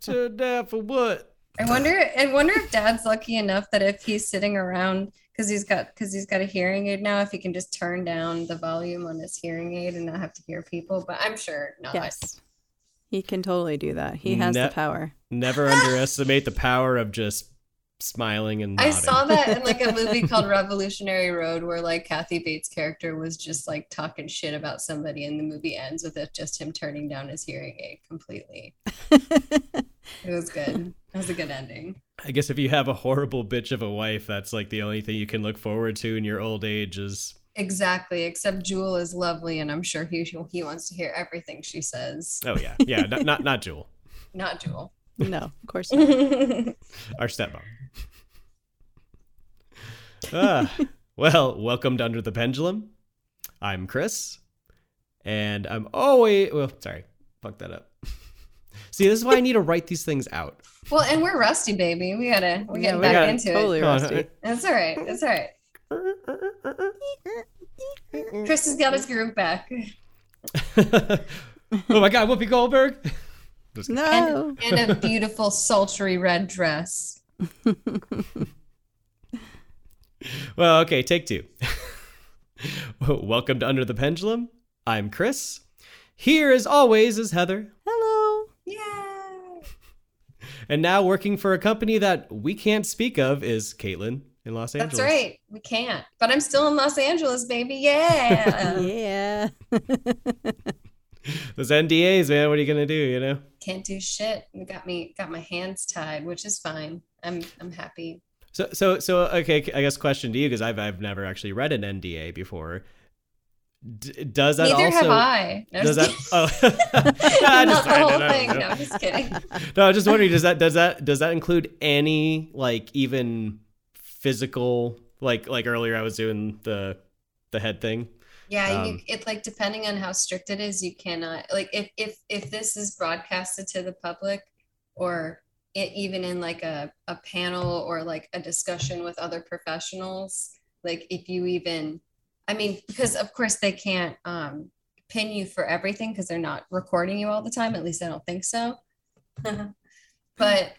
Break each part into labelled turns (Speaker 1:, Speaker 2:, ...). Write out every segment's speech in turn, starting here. Speaker 1: to death for what?
Speaker 2: I wonder. I wonder if Dad's lucky enough that if he's sitting around because he's got because he's got a hearing aid now, if he can just turn down the volume on his hearing aid and not have to hear people. But I'm sure not.
Speaker 3: Yes. He can totally do that. He has
Speaker 1: Ne-
Speaker 3: the power.
Speaker 1: Never underestimate the power of just smiling and
Speaker 2: I
Speaker 1: nodding.
Speaker 2: saw that in like a movie called Revolutionary Road where like Kathy Bates' character was just like talking shit about somebody and the movie ends with it just him turning down his hearing aid completely. It was good. That was a good ending.
Speaker 1: I guess if you have a horrible bitch of a wife, that's like the only thing you can look forward to in your old age is
Speaker 2: Exactly. Except Jewel is lovely and I'm sure he he wants to hear everything she says.
Speaker 1: oh yeah, yeah, not not, not Jewel,
Speaker 2: Not Jewel.
Speaker 3: no, of course not.
Speaker 2: Thank
Speaker 1: our stepmom. ah, well, welcome to Under the Pendulum. I'm Chris, and I'm always well. Sorry, fuck that up. See, this is why I need to write these things out.
Speaker 2: Well, and we're rusty, baby. We gotta we're
Speaker 3: Yeah,
Speaker 2: getting
Speaker 3: we
Speaker 2: back
Speaker 1: gotta
Speaker 2: into
Speaker 3: totally
Speaker 2: it.
Speaker 3: rusty.
Speaker 2: That's all right. That's all right. Chris has got his groove back.
Speaker 1: oh my God, Whoopi Goldberg.
Speaker 3: No.
Speaker 2: And, and a beautiful sultry red dress.
Speaker 1: Well, okay, take two. Welcome to Under the Pendulum. I'm Chris. Here, as always, is Heather,
Speaker 3: Hello.
Speaker 2: Yay!
Speaker 1: and now working for a company that we can't speak of is Caitlin in Los Angeles.
Speaker 2: That's right. We can't. But I'm still in Los Angeles, baby. Yeah. Um,
Speaker 3: yeah.
Speaker 1: Those NDAs, man. What are you gonna do? You know.
Speaker 2: Can't do shit. We got me got my hands tied, which is fine. I'm I'm happy.
Speaker 1: So, so, so. Okay, I guess question to you because I've I've never actually read an NDA before. D- does that
Speaker 2: Neither
Speaker 1: also?
Speaker 2: have I. No, I'm
Speaker 1: Does that?
Speaker 2: just
Speaker 1: Oh,
Speaker 2: kidding.
Speaker 1: I
Speaker 2: Not
Speaker 1: just-
Speaker 2: the
Speaker 1: I don't
Speaker 2: whole
Speaker 1: know.
Speaker 2: thing. No, I'm just kidding.
Speaker 1: No, I'm just wondering, does that does that does that include any like even physical like like earlier I was doing the the head thing?
Speaker 2: Yeah, you,
Speaker 1: Um,
Speaker 2: it like depending on how strict it is, you cannot like if if if this is broadcasted to the public or it, even in like a a panel or like a discussion with other professionals, like if you even, I mean, because of course they can't um pin you for everything because they're not recording you all the time. At least I don't think so. but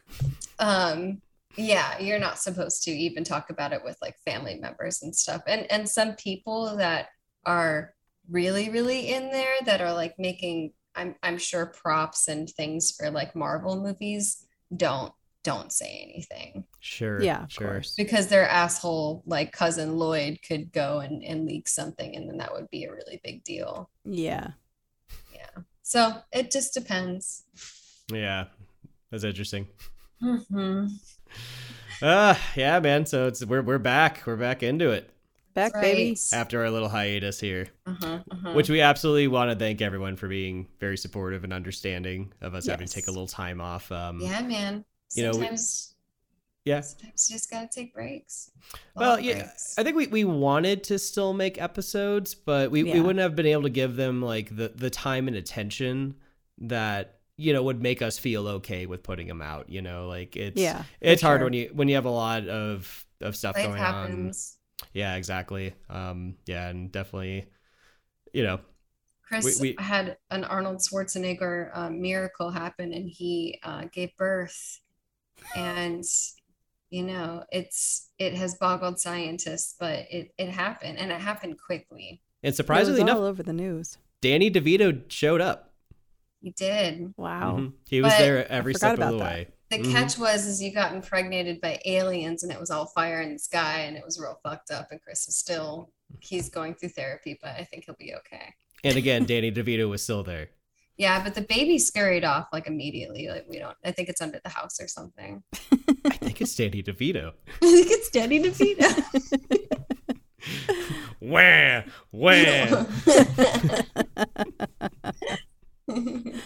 Speaker 2: um yeah you're not supposed to even talk about it with like family members and stuff and and some people that are really really in there that are like making i'm i'm sure props and things for like marvel movies don't don't say anything
Speaker 1: Sure.
Speaker 3: Yeah, of
Speaker 1: sure.
Speaker 3: course.
Speaker 2: because their asshole like cousin lloyd could go and and leak something and then that would be a really big deal
Speaker 3: Yeah.
Speaker 2: so it just depends
Speaker 1: Yeah. That's interesting.
Speaker 2: Mhm.
Speaker 1: Uh yeah, man. So it's we're we're back. We're back into it
Speaker 3: Back, baby.
Speaker 2: Right.
Speaker 1: after our little hiatus here.
Speaker 2: Uh-huh, uh-huh.
Speaker 1: Which we absolutely want to thank everyone for being very supportive and understanding of us having to take a
Speaker 3: Yes.
Speaker 1: little time off. Um
Speaker 2: yeah man
Speaker 1: you know, we-
Speaker 2: sometimes
Speaker 1: yeah.
Speaker 2: sometimes you just gotta take breaks.
Speaker 1: Well,
Speaker 2: Long
Speaker 1: yeah,
Speaker 2: breaks.
Speaker 1: I think we, we wanted to still make episodes, but we, we
Speaker 3: Yeah.
Speaker 1: wouldn't have been able to give them like the, the time and attention that you know would make us feel okay with putting them out. You know, like it's
Speaker 3: Yeah.
Speaker 1: it's
Speaker 3: for
Speaker 1: hard
Speaker 3: sure.
Speaker 1: when you when you have a lot of of stuff
Speaker 2: life
Speaker 1: going
Speaker 2: happens.
Speaker 1: on. Yeah, exactly. Um, yeah, and definitely, you know,
Speaker 2: Chris
Speaker 1: We- we-
Speaker 2: had an Arnold Schwarzenegger uh, miracle happen, and he uh, gave birth. And you know, it's it has boggled scientists, but it it happened, and it happened quickly.
Speaker 1: and
Speaker 3: It was
Speaker 1: surprisingly enough,
Speaker 3: all over the news.
Speaker 1: Danny DeVito showed up.
Speaker 2: He did.
Speaker 3: Wow.
Speaker 1: Mhm. He was
Speaker 2: But-
Speaker 1: there every
Speaker 3: I
Speaker 1: step
Speaker 3: forgot
Speaker 1: of the
Speaker 3: about
Speaker 1: way.
Speaker 3: that.
Speaker 2: The
Speaker 1: Mhm.
Speaker 2: catch was is you got impregnated by aliens, and it was all fire in the sky, and it was real fucked up. And Chris is still he's going through therapy, but I think he'll be okay.
Speaker 1: And again, Danny DeVito was still there.
Speaker 2: Yeah, but the baby scurried off like immediately. Like we don't. I think it's under the house or something.
Speaker 1: I think it's Danny DeVito.
Speaker 2: I think it's Danny DeVito.
Speaker 1: Wham! Wham! Mm-hmm.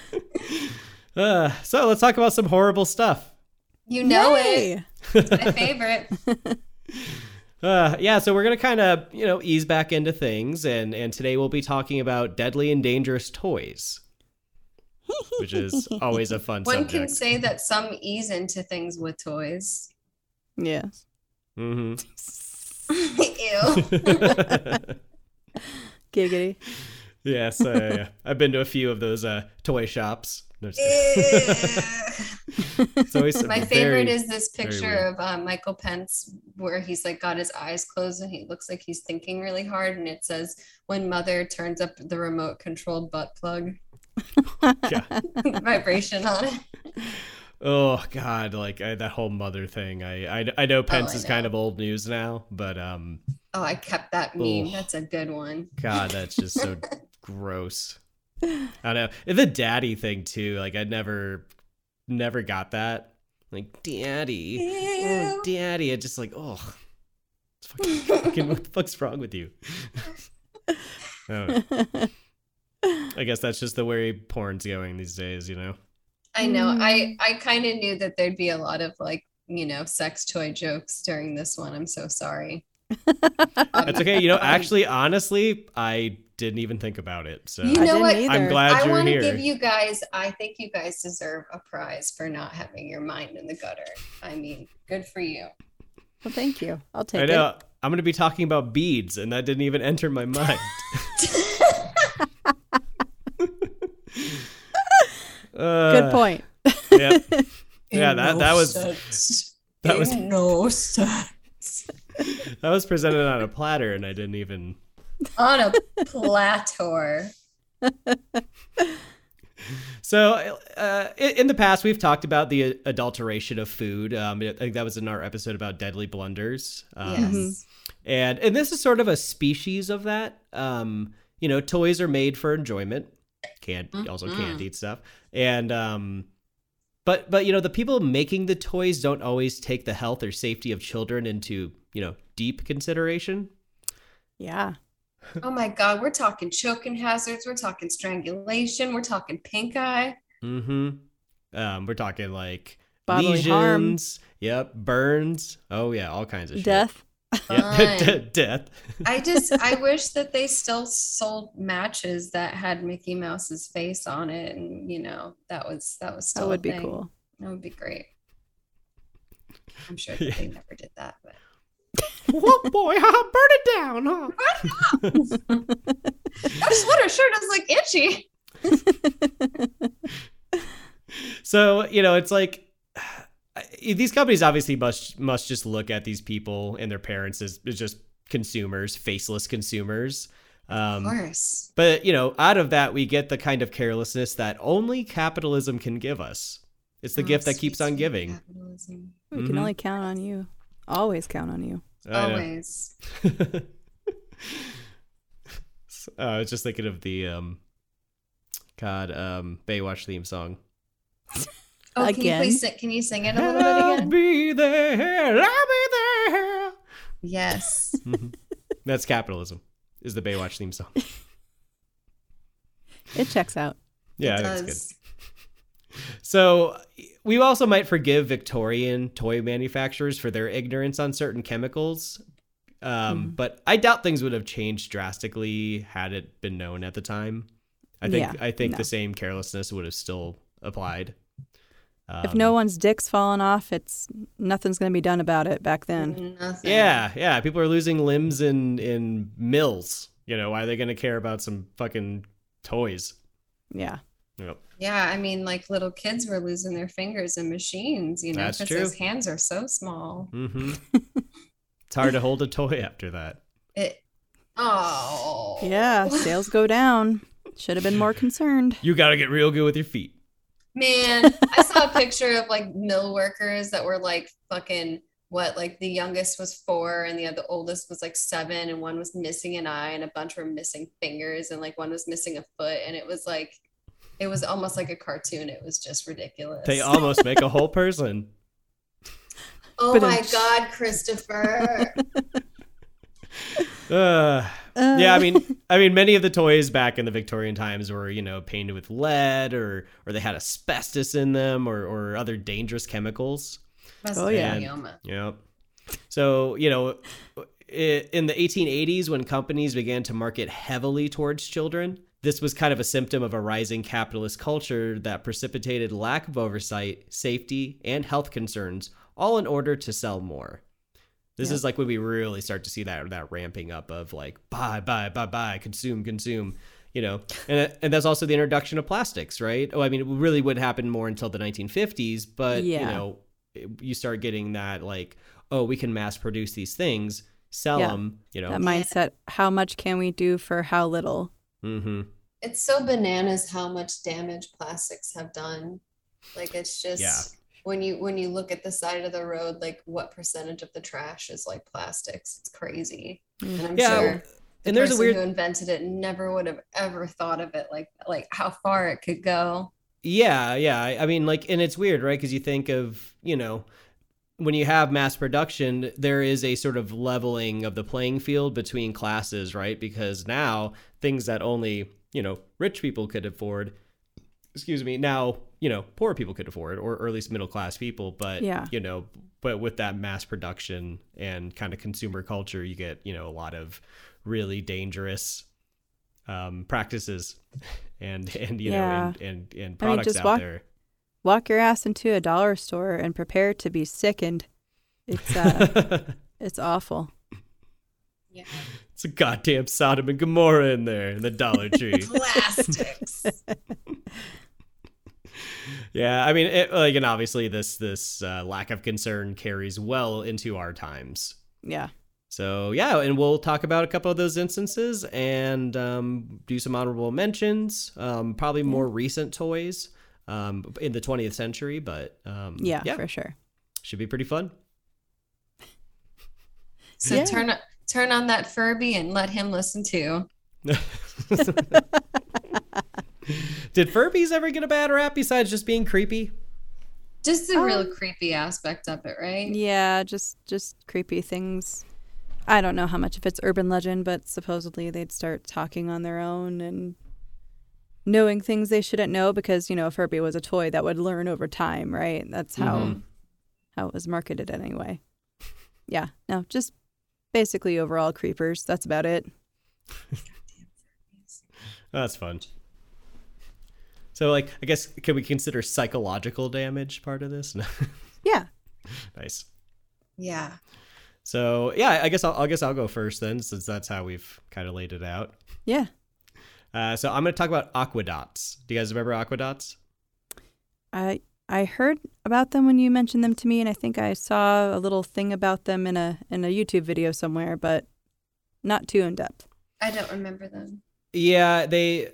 Speaker 1: Uh, so let's talk about some horrible stuff.
Speaker 2: you know it.
Speaker 3: Yay!
Speaker 2: My favorite.
Speaker 1: Uh, yeah, so we're gonna kind of you know ease back into things, and and today we'll be talking about deadly and dangerous toys, which is always a fun
Speaker 2: One can
Speaker 1: subject.
Speaker 2: say that some ease into things with toys.
Speaker 3: Yes.
Speaker 1: Mhm.
Speaker 2: Ew.
Speaker 3: Giggity.
Speaker 1: yes, uh, yeah. I've been to a few of those uh, toy shops. No, just kidding.
Speaker 2: Ew.
Speaker 1: it's always
Speaker 2: My
Speaker 1: very-
Speaker 2: favorite is this
Speaker 1: very
Speaker 2: picture
Speaker 1: weird.
Speaker 2: of um, Michael Pence where he's like got his eyes closed and he looks like he's thinking really hard. And it says, when mother turns up the remote controlled butt plug vibration on it.
Speaker 1: oh god, like I, that whole mother thing. I I, I know Pence
Speaker 2: Oh, I
Speaker 1: is
Speaker 2: know.
Speaker 1: kind of old news now, but um,
Speaker 2: Oh, I kept that meme.
Speaker 1: Oof.
Speaker 2: That's a good one.
Speaker 1: God, that's just so gross. I don't know. The daddy thing too. Like I never, never got that. Like daddy, oh,
Speaker 2: Ew.
Speaker 1: daddy. I just like oh, it's fucking, fucking- what the fuck's wrong with you? Oh, I guess that's just the way porn's going these days. You know.
Speaker 2: I know. I
Speaker 3: Mm.
Speaker 2: I kind of knew that there'd be a lot of like you know sex toy jokes during this one. I'm so sorry.
Speaker 1: That's okay. You know, actually, honestly, I didn't even think about it. So
Speaker 2: You know
Speaker 3: didn't
Speaker 2: what?
Speaker 1: I'm
Speaker 3: either.
Speaker 1: glad
Speaker 2: I
Speaker 1: you're
Speaker 2: want to
Speaker 1: here.
Speaker 2: give you guys. I think you guys deserve a prize for not having your mind in the gutter. I mean, good for you.
Speaker 3: Well, thank you. I'll take
Speaker 1: I know. I'm going to be talking about beads, and that didn't even enter my mind.
Speaker 3: it.
Speaker 1: Uh,
Speaker 3: Good point.
Speaker 1: Yeah, Yeah, that- that was-
Speaker 2: Innocent.
Speaker 1: that was-
Speaker 2: Innocent.
Speaker 1: that was presented on a platter, and I didn't even.
Speaker 2: on a platter.
Speaker 1: So, uh, in, in the past, we've talked about the adulteration of food. Um, I think that was in our episode about deadly blunders. Um,
Speaker 2: yes.
Speaker 1: and and this is sort of a species of that. Um, you know, toys are made for enjoyment. Can also
Speaker 3: Mm-hmm.
Speaker 2: Mhm.
Speaker 1: candied stuff, and um, but but you know, the people making the toys don't always take the health or safety of children into you know deep consideration.
Speaker 3: Yeah.
Speaker 2: Oh my God, we're talking choking hazards. We're talking strangulation. We're talking pink eye.
Speaker 1: hmm Um, we're talking like
Speaker 3: Bodily harm.
Speaker 1: lesions, yep, burns. Oh yeah, all kinds of
Speaker 3: Death.
Speaker 1: Shit. Yeah,
Speaker 2: Fine.
Speaker 1: de- death.
Speaker 2: I just I wish that they still sold matches that had Mickey Mouse's face on it, and you know that was that was still
Speaker 3: That
Speaker 2: a
Speaker 3: would be
Speaker 2: thing.
Speaker 3: cool.
Speaker 2: That would be great. I'm sure that
Speaker 1: Yeah.
Speaker 2: they never did that, but
Speaker 1: Whoa, boy, ha, burn it down, huh?
Speaker 2: I just wonder. Sure, does look itchy.
Speaker 1: so you know it's like these companies obviously must must just look at these people and their parents as, as just consumers faceless consumers
Speaker 2: Of
Speaker 1: um,
Speaker 2: course.
Speaker 1: but you know out of that we get the kind of carelessness that only capitalism can give us it's the
Speaker 2: Oh,
Speaker 1: gift that
Speaker 2: sweet,
Speaker 1: keeps on
Speaker 2: sweet
Speaker 1: giving
Speaker 2: capitalism.
Speaker 3: We
Speaker 1: Mhm.
Speaker 3: can only count on you. Always count on you.
Speaker 2: Oh,
Speaker 1: I know.
Speaker 2: Always.
Speaker 1: So, uh, I was just thinking of the um, God um, Baywatch theme song.
Speaker 2: Oh,
Speaker 3: Again.
Speaker 2: Can you, please sing, can you sing it a little bit
Speaker 1: I'll
Speaker 2: again?
Speaker 1: be there. I'll be there.
Speaker 2: Yes.
Speaker 1: Mhm. That's capitalism. Is the Baywatch theme song?
Speaker 3: It checks out.
Speaker 1: Yeah,
Speaker 2: it
Speaker 1: that's good.
Speaker 2: does.
Speaker 1: So we also might forgive Victorian toy manufacturers for their ignorance on certain chemicals,
Speaker 3: Mm-hmm.
Speaker 1: um, but I doubt things would have changed drastically had it been known at the time. I think
Speaker 3: Yeah,
Speaker 1: I think
Speaker 3: no.
Speaker 1: the same carelessness would have still applied.
Speaker 3: If
Speaker 1: Um,
Speaker 3: no one's dick's falling off, it's nothing's going to be done about it back then.
Speaker 2: Nothing.
Speaker 1: Yeah, yeah. People are losing limbs in in mills. You know, why are they going to care about some fucking toys?
Speaker 3: Yeah.
Speaker 1: Yep.
Speaker 2: Yeah, I mean, like little kids were losing their fingers in machines, you know,
Speaker 1: That's
Speaker 2: because
Speaker 1: true.
Speaker 2: those hands are so small.
Speaker 1: hmm it's hard to hold a toy after that.
Speaker 2: It. Oh.
Speaker 3: Yeah. Sales go down. Should have been more concerned.
Speaker 1: You got to get real good with your feet.
Speaker 2: Man, I saw a picture of like mill workers that were like fucking what like the youngest was four and the other oldest was like seven and one was missing an eye and a bunch were missing fingers and like one was missing a foot and it was like it was almost like a cartoon. It was just ridiculous.
Speaker 1: They almost make a whole person.
Speaker 2: oh
Speaker 3: But
Speaker 2: my
Speaker 3: it's-
Speaker 2: god, Christopher.
Speaker 1: Uh,
Speaker 3: Uh,
Speaker 1: yeah, I mean, I mean, many of the toys back in the Victorian times were, you know, painted with lead or or they had asbestos in them or or other dangerous chemicals.
Speaker 2: Must
Speaker 3: Oh,
Speaker 2: be
Speaker 1: yeah.
Speaker 2: glioma.
Speaker 1: Yep. So, you know, i- in the 1880s, when companies began to market heavily towards children, this was kind of a symptom of a rising capitalist culture that precipitated lack of oversight, safety, and health concerns, all in order to sell more. This
Speaker 3: Yeah.
Speaker 1: is like when we really start to see that that ramping up of like buy, buy, buy, buy, consume, consume. you know and and that's also the introduction of plastics right oh i mean it really would happen more until the 1950s but you
Speaker 3: Yeah.
Speaker 1: know it- you start getting that like oh we can mass produce these things sell
Speaker 3: Yeah.
Speaker 1: them you know
Speaker 3: That mindset. How much can we do for how little?
Speaker 1: mm-hmm.
Speaker 2: It's so bananas how much damage plastics have done. Like it's just
Speaker 1: Yeah.
Speaker 2: when you when you look at the side of the road, like what percentage of the trash is like plastics? It's crazy.
Speaker 3: Mm.
Speaker 2: And I'm
Speaker 1: Yeah,
Speaker 2: sure the
Speaker 1: and there's a
Speaker 2: person
Speaker 1: weird
Speaker 2: who invented it never would have ever thought of it like like how far it could go.
Speaker 1: Yeah, yeah. I I mean, like, and it's weird, right? Because you think of, you know, when you have mass production, there is a sort of leveling of the playing field between classes, right? Because now things that only, you know, rich people could afford, excuse me, now, you know, poor people could afford, or, or at least middle class people. But,
Speaker 3: Yeah.
Speaker 1: you know, but with that mass production and kind of consumer culture, you get, you know, a lot of really dangerous um, practices and, and, you
Speaker 3: Yeah.
Speaker 1: know, and, and, and
Speaker 3: I mean,
Speaker 1: products
Speaker 3: just
Speaker 1: out
Speaker 3: walk-
Speaker 1: there.
Speaker 3: Walk your ass into a dollar store and prepare to be sickened. It's uh, it's awful.
Speaker 2: Yeah.
Speaker 1: it's a goddamn Sodom and Gomorrah in there in the Dollar Tree.
Speaker 2: Plastics.
Speaker 1: yeah, I mean, it, like, and obviously this this uh, lack of concern carries well into our times.
Speaker 3: Yeah.
Speaker 1: So yeah, and we'll talk about a couple of those instances and um, do some honorable mentions. Um, probably more recent toys um, in the 20th century, but um,
Speaker 3: Yeah, for sure.
Speaker 1: should be pretty fun.
Speaker 2: so
Speaker 3: Yeah.
Speaker 2: turn turn on that Furby and let him listen too.
Speaker 1: Did Furbies ever get a bad rap besides just being creepy?
Speaker 2: Just the real
Speaker 3: Um,
Speaker 2: creepy aspect of it, right?
Speaker 3: Yeah, just just creepy things. I don't know how much if it's urban legend, but supposedly they'd start talking on their own and knowing things they shouldn't know because, you know, Furby was a toy that would learn over time, right? That's how
Speaker 1: Mhm.
Speaker 3: how it was marketed anyway. Yeah. No, just basically overall creepers. That's about it.
Speaker 1: That's fun. So, like, I guess can we consider psychological damage part of this? No.
Speaker 3: Yeah.
Speaker 1: nice.
Speaker 2: Yeah.
Speaker 1: So, yeah, I guess I'll, I guess I'll go first then, since that's how we've kind of laid it out.
Speaker 3: Yeah.
Speaker 1: Uh, so, I'm going to talk about aquedots. Do you guys remember aquedots?
Speaker 3: I I heard about them when you mentioned them to me and I think I saw a little thing about them in a in a YouTube video somewhere, but not too in depth.
Speaker 2: I don't remember them.
Speaker 1: Yeah, they.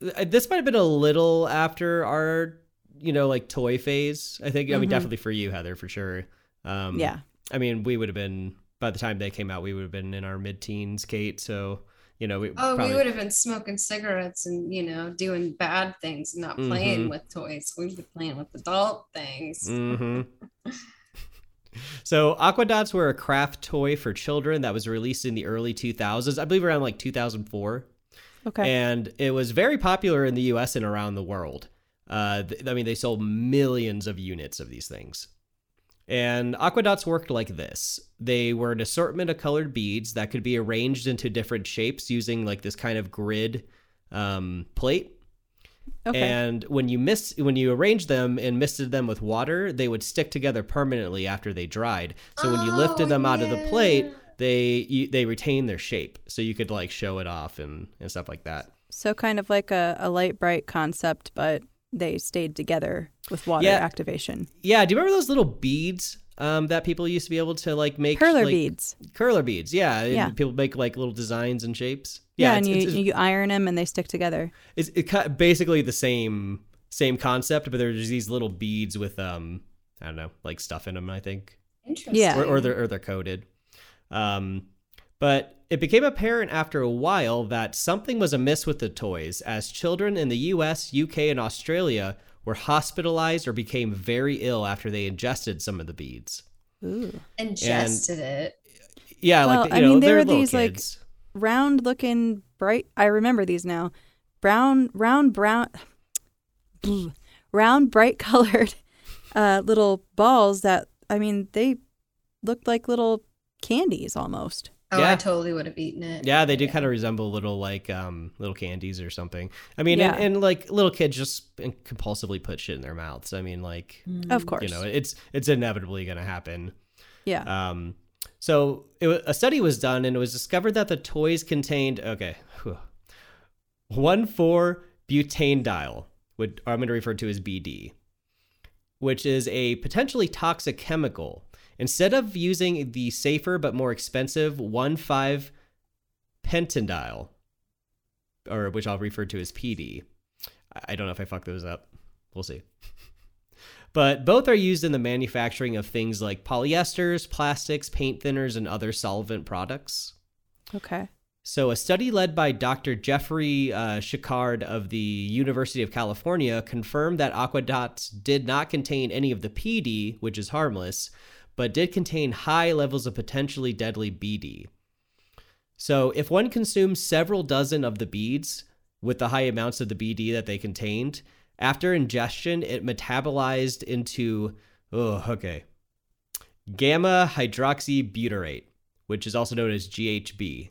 Speaker 1: th- This might have been a little after our, you know, like toy phase. I think. I mean,
Speaker 3: Mhm.
Speaker 1: definitely for you, Heather, for sure. Um,
Speaker 3: Yeah.
Speaker 1: I mean, we would have been by the time they came out, we would have been in our mid-teens, Kate. So you know, we
Speaker 2: Oh,
Speaker 1: probably
Speaker 2: we would have been smoking cigarettes and you know doing bad things, and not playing
Speaker 1: Mhm.
Speaker 2: with toys. We'd be playing with adult things.
Speaker 1: hmm so Aquadots were a craft toy for children that was released in the early 2000s, I believe around like 2004,
Speaker 3: Okay.
Speaker 1: and it was very popular in the U.S. and around the world. Uh, th- I mean, they sold millions of units of these things. And aquadots worked like this. They were an assortment of colored beads that could be arranged into different shapes using like this kind of grid um, plate.
Speaker 3: okay.
Speaker 1: And when you mist, when you arranged them and misted them with water, they would stick together permanently after they dried. So when you lifted
Speaker 2: Oh,
Speaker 1: them out of the plate,
Speaker 2: yeah.
Speaker 1: they you, they retain their shape. So you could like show it off and and stuff like that.
Speaker 3: so kind of like a, a light bright concept, but they stayed together with water
Speaker 1: Yeah.
Speaker 3: activation.
Speaker 1: Yeah, do you remember those little beads um, that people used to be able to like make
Speaker 3: Perler
Speaker 1: like,
Speaker 3: beads.
Speaker 1: curler beads? Yeah, and
Speaker 3: Yeah.
Speaker 1: people make like little designs and shapes.
Speaker 3: Yeah,
Speaker 1: it's,
Speaker 3: and you,
Speaker 1: it's, it's,
Speaker 3: you iron them and they stick together.
Speaker 1: it's, it ki- basically the same same concept, but there's these little beads with um I don't know like stuff in them. I think.
Speaker 2: Interesting.
Speaker 3: Yeah.
Speaker 1: or, or they're or they're coded. Um, but it became apparent after a while that something was amiss with the toys, as children in the U.S., U.K., and Australia were hospitalized or became very ill after they ingested some of the beads.
Speaker 3: Ooh.
Speaker 2: ingested it.
Speaker 1: Yeah,
Speaker 3: Well,
Speaker 1: like the,
Speaker 3: I
Speaker 1: you know,
Speaker 3: mean, they
Speaker 1: they're
Speaker 3: were
Speaker 1: little
Speaker 3: these, like,
Speaker 1: kids.
Speaker 3: Round looking bright I remember these now. Brown round brown Bleh. round bright colored uh, little balls that I mean they looked like little candies almost.
Speaker 2: Oh,
Speaker 1: Yeah.
Speaker 2: I totally would have eaten it.
Speaker 1: yeah, they do kind of resemble little like um little candies or something. I mean,
Speaker 3: Yeah.
Speaker 1: and, and like little kids just compulsively put shit in their mouths. I mean, like
Speaker 3: Of course.
Speaker 1: Mm, you know, it's it's inevitably going to happen.
Speaker 3: yeah.
Speaker 1: Um, so it, wa- a study was done, and it was discovered that the toys contained okay. whew. one four butanediol, which I'm going to refer to as BD, which is a potentially toxic chemical. Instead of using the safer but more expensive one five pentanediol, or which I'll refer to as PD, I- I don't know if I fuck those up. We'll see. But both are used in the manufacturing of things like polyesters, plastics, paint thinners, and other solvent products.
Speaker 3: Okay.
Speaker 1: So, a study led by Dr. Jeffrey uh, Shikard of the University of California confirmed that Aquadots did not contain any of the PD, which is harmless, but did contain high levels of potentially deadly BD. So, if one consumes several dozen of the beads with the high amounts of the BD that they contained, after ingestion, it metabolized into, oh, okay, gamma hydroxybutyrate, which is also known as GHB.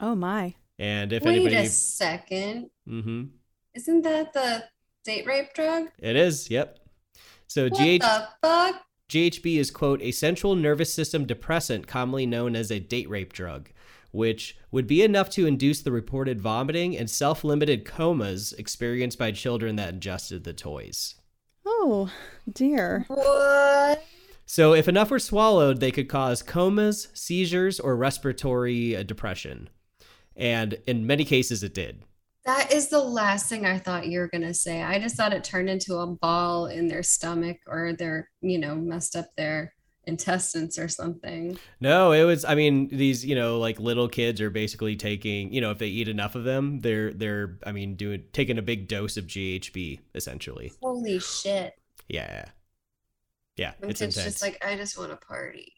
Speaker 3: Oh my.
Speaker 1: And if
Speaker 2: Wait
Speaker 1: anybody,
Speaker 2: a second.
Speaker 1: mm-hmm,
Speaker 2: Isn't that the date rape drug?
Speaker 1: it is. Yep. So
Speaker 2: What
Speaker 1: GH,
Speaker 2: the fuck?
Speaker 1: GHB is quote a central nervous system depressant, commonly known as a date rape drug, which would be enough to induce the reported vomiting and self-limited comas experienced by children that ingested the toys.
Speaker 3: Oh dear.
Speaker 2: What?
Speaker 1: So if enough were swallowed, they could cause comas, seizures, or respiratory uh, depression. And in many cases, it did.
Speaker 2: That is the last thing I thought you were gonna say. I just thought it turned into a ball in their stomach or their, you know, messed up their intestines or something.
Speaker 1: No, it was. I mean, these you know, like little kids are basically taking. You know, if they eat enough of them, they're they're. I mean, doing taking a big dose of GHB essentially.
Speaker 2: Holy shit.
Speaker 1: Yeah, yeah,
Speaker 2: My
Speaker 1: it's
Speaker 2: kid's
Speaker 1: intense.
Speaker 2: just like, I just want to party.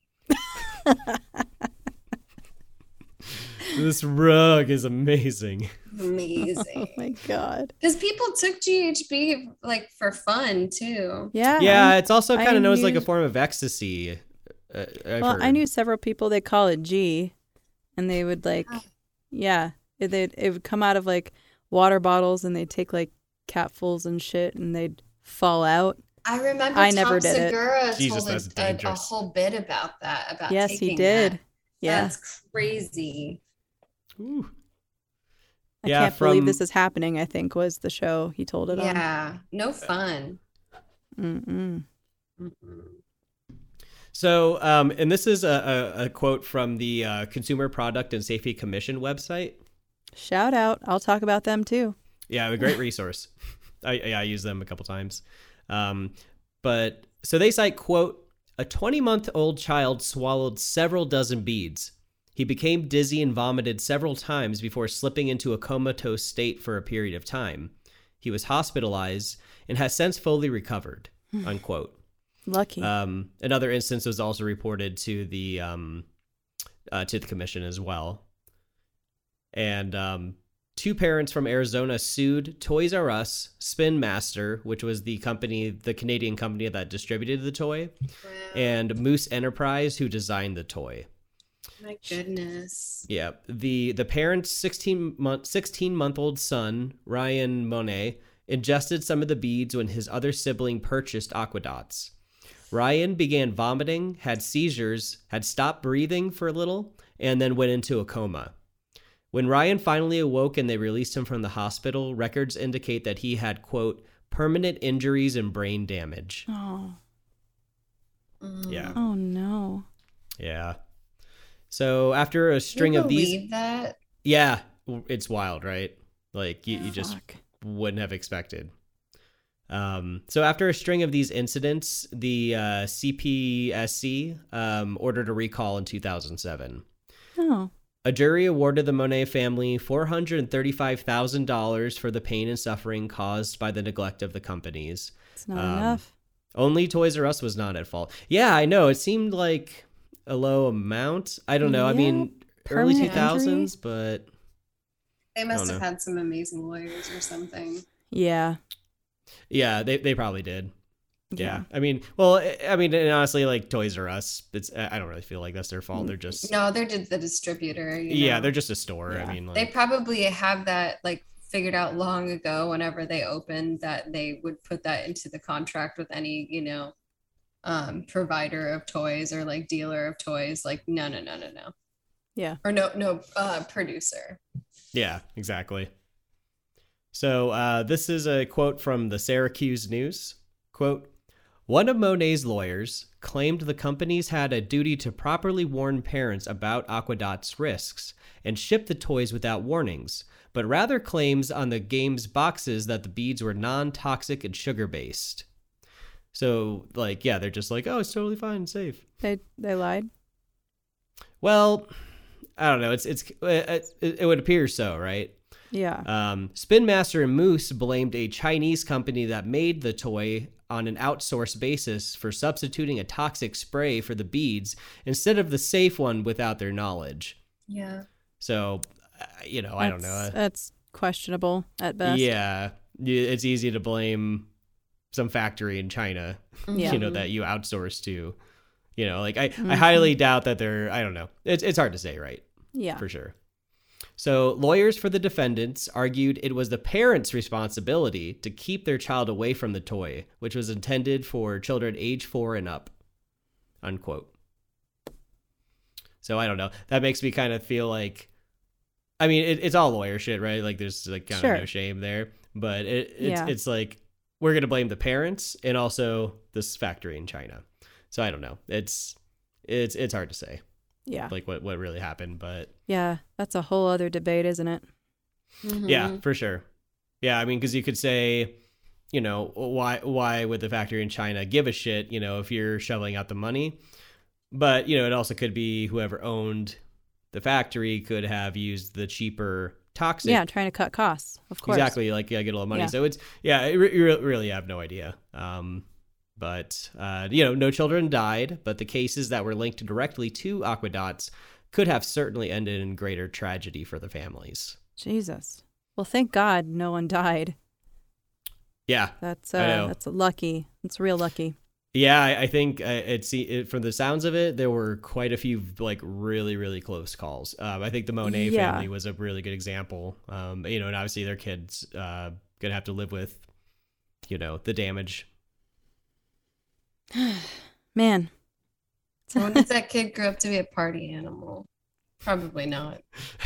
Speaker 1: this rug is amazing.
Speaker 3: Oh
Speaker 2: Amazing.
Speaker 3: my god.
Speaker 2: Because people took GHB like for fun too.
Speaker 3: Yeah.
Speaker 1: yeah, it's also
Speaker 3: I
Speaker 1: kind of known as like a
Speaker 3: used-
Speaker 1: form of ecstasy. Uh, I've
Speaker 3: well, I
Speaker 1: heard.
Speaker 3: knew several people. They call it G, and they would like,
Speaker 2: Oh.
Speaker 3: yeah, it they'd, it would come out of like water bottles, and they'd take like capfuls and shit, and they'd fall out.
Speaker 2: I remember
Speaker 3: I
Speaker 2: Tom
Speaker 3: never did it.
Speaker 2: Segura
Speaker 1: Jesus,
Speaker 2: told
Speaker 1: that's
Speaker 2: a, a, a
Speaker 1: dangerous.
Speaker 2: whole bit about that. About
Speaker 3: yes, he
Speaker 2: taking
Speaker 3: did.
Speaker 2: that.
Speaker 3: Yeah,
Speaker 2: That's crazy.
Speaker 1: Ooh.
Speaker 3: I
Speaker 1: Yeah,
Speaker 3: can't believe this
Speaker 1: from-
Speaker 3: is happening. I think was the show he told it
Speaker 2: Yeah,
Speaker 1: Uh,
Speaker 2: no fun.
Speaker 3: on. Mm-mm.
Speaker 2: Mhm.
Speaker 1: So, um, and this is a, a, a quote from the uh, Consumer Product and Safety Commission website.
Speaker 3: Shout out! I'll talk about them too.
Speaker 1: Yeah, a great resource. I, yeah, I use them a couple times. Um, but so they cite quote a 20 month old child swallowed several dozen beads. He became dizzy and vomited several times before slipping into a comatose state for a period of time. He was hospitalized and has since fully recovered. Unquote.
Speaker 3: Lucky.
Speaker 1: Um, another instance was also reported to the um, uh, to the commission as well. And um, two parents from Arizona sued Toys R Us, Spin Master, which was the company, the Canadian company that distributed the toy,
Speaker 2: Wow,
Speaker 1: and Moose Enterprise, who designed the toy.
Speaker 2: my goodness.
Speaker 1: Yeah, the the parent's 16 month 16 month old son Ryan Monet ingested some of the beads when his other sibling purchased aquadots. Ryan began vomiting, had seizures, had stopped breathing for a little, and then went into a coma. When Ryan finally awoke and they released him from the hospital, records indicate that he had quote permanent injuries and brain damage.
Speaker 3: oh,
Speaker 2: Mm.
Speaker 1: Yeah.
Speaker 3: oh no.
Speaker 1: Yeah. So after a
Speaker 2: Can you
Speaker 1: string of these
Speaker 2: believe that.
Speaker 1: Yeah, w- it's wild, right? Like you, you
Speaker 2: Yeah.
Speaker 1: just
Speaker 3: Fuck.
Speaker 1: wouldn't have expected. Um, so after a string of these incidents, the uh, CPSC um, ordered a recall in 2007.
Speaker 3: Oh,
Speaker 1: A jury awarded the Monet family $435,000 for the pain and suffering caused by the neglect of the companies.
Speaker 3: it's not
Speaker 1: Um,
Speaker 3: enough.
Speaker 1: Only Toys R Us was not at fault. Yeah, I know. It seemed like a low amount. I don't know. I
Speaker 3: Yeah,
Speaker 1: mean, early
Speaker 3: permanent
Speaker 1: 2000s,
Speaker 3: injuries.
Speaker 1: but
Speaker 2: They must have
Speaker 1: know.
Speaker 2: had some amazing lawyers or something.
Speaker 3: Yeah.
Speaker 1: yeah, they, they probably did. Yeah. Mm-hmm. I mean, well, I- I mean, and honestly, like Toys R Us, it's I I don't really feel like that's their fault. They're just
Speaker 2: Mm. No, they're just the distributor. you
Speaker 1: yeah,
Speaker 2: know.
Speaker 1: they're just a store.
Speaker 3: Yeah.
Speaker 1: I mean, like,
Speaker 2: They probably have that like figured out long ago whenever they opened that they would put that into the contract with any, you know, um provider of toys or like dealer of toys. Like, no, no, no, no, no.
Speaker 3: Yeah.
Speaker 2: Or no, no, uh producer.
Speaker 1: yeah, exactly. So uh, this is a quote from the Syracuse News. Quote, one of Monet's lawyers claimed the companies had a duty to properly warn parents about Aquadot's risks and ship the toys without warnings, but rather claims on the game's boxes that the beads were non toxic and sugar based. So, like, yeah, they're just like, oh, it's totally fine, safe.
Speaker 3: They they lied.
Speaker 1: Well, I don't know. It's it's it, it would appear so, right?
Speaker 3: Yeah.
Speaker 1: Um, Spin Master and Moose blamed a Chinese company that made the toy on an outsourced basis for substituting a toxic spray for the beads instead of the safe one without their knowledge.
Speaker 2: Yeah.
Speaker 1: So, uh, you know, I don't know.
Speaker 3: That's- That's questionable at best.
Speaker 1: Yeah, Y- it's easy to blame some factory in China,
Speaker 3: Yeah. Mm-hmm.
Speaker 1: you know, that you outsource to. You know, like I, I highly doubt that they're. I don't know. It's it's hard to say, right?
Speaker 3: Yeah.
Speaker 1: for sure. So, lawyers for the defendants argued it was the parents' responsibility to keep their child away from the toy, which was intended for children age four and up. Unquote. So, I don't know. That makes me kind of feel like, I mean, it, it's all lawyer shit, right? Like, there's like kind
Speaker 3: Sure.
Speaker 1: of no shame there, but it, it's,
Speaker 3: Yeah.
Speaker 1: it's like we're going to blame the parents and also this factory in China. So, I don't know. It's, it's, it's hard to say
Speaker 3: Yeah.
Speaker 1: like what, what really happened, but
Speaker 3: Yeah. That's a whole other debate, isn't it?
Speaker 2: Mm-hmm.
Speaker 3: Mm-hmm.
Speaker 1: Yeah, for sure. Yeah, I mean, because you could say, you know, why why would the factory in China give a shit? You know, if you're shoveling out the money, but you know, it also could be whoever owned the factory could have used the cheaper toxic.
Speaker 3: yeah, trying to cut costs, of course.
Speaker 1: exactly. Like yeah, get a lot of money.
Speaker 3: Yeah.
Speaker 1: So it's yeah, it re- you re- really have no idea. Um, but uh, you know, no children died, but the cases that were linked directly to Aquadots could have certainly ended in greater tragedy for the families.
Speaker 3: Jesus. Well, thank God no one died.
Speaker 1: Yeah,
Speaker 3: That's
Speaker 1: I
Speaker 3: uh,
Speaker 1: know.
Speaker 3: that's lucky. It's real lucky.
Speaker 1: Yeah, I, I think uh, it, se- it from the sounds of it, there were quite a few like really really close calls. Um, I think the Monet
Speaker 3: Yeah.
Speaker 1: family was a really good example. Um, you know, and obviously their kids uh, gonna have to live with, you know, the damage.
Speaker 3: Man,
Speaker 2: So what if that kid grew up to be a party animal? Probably not.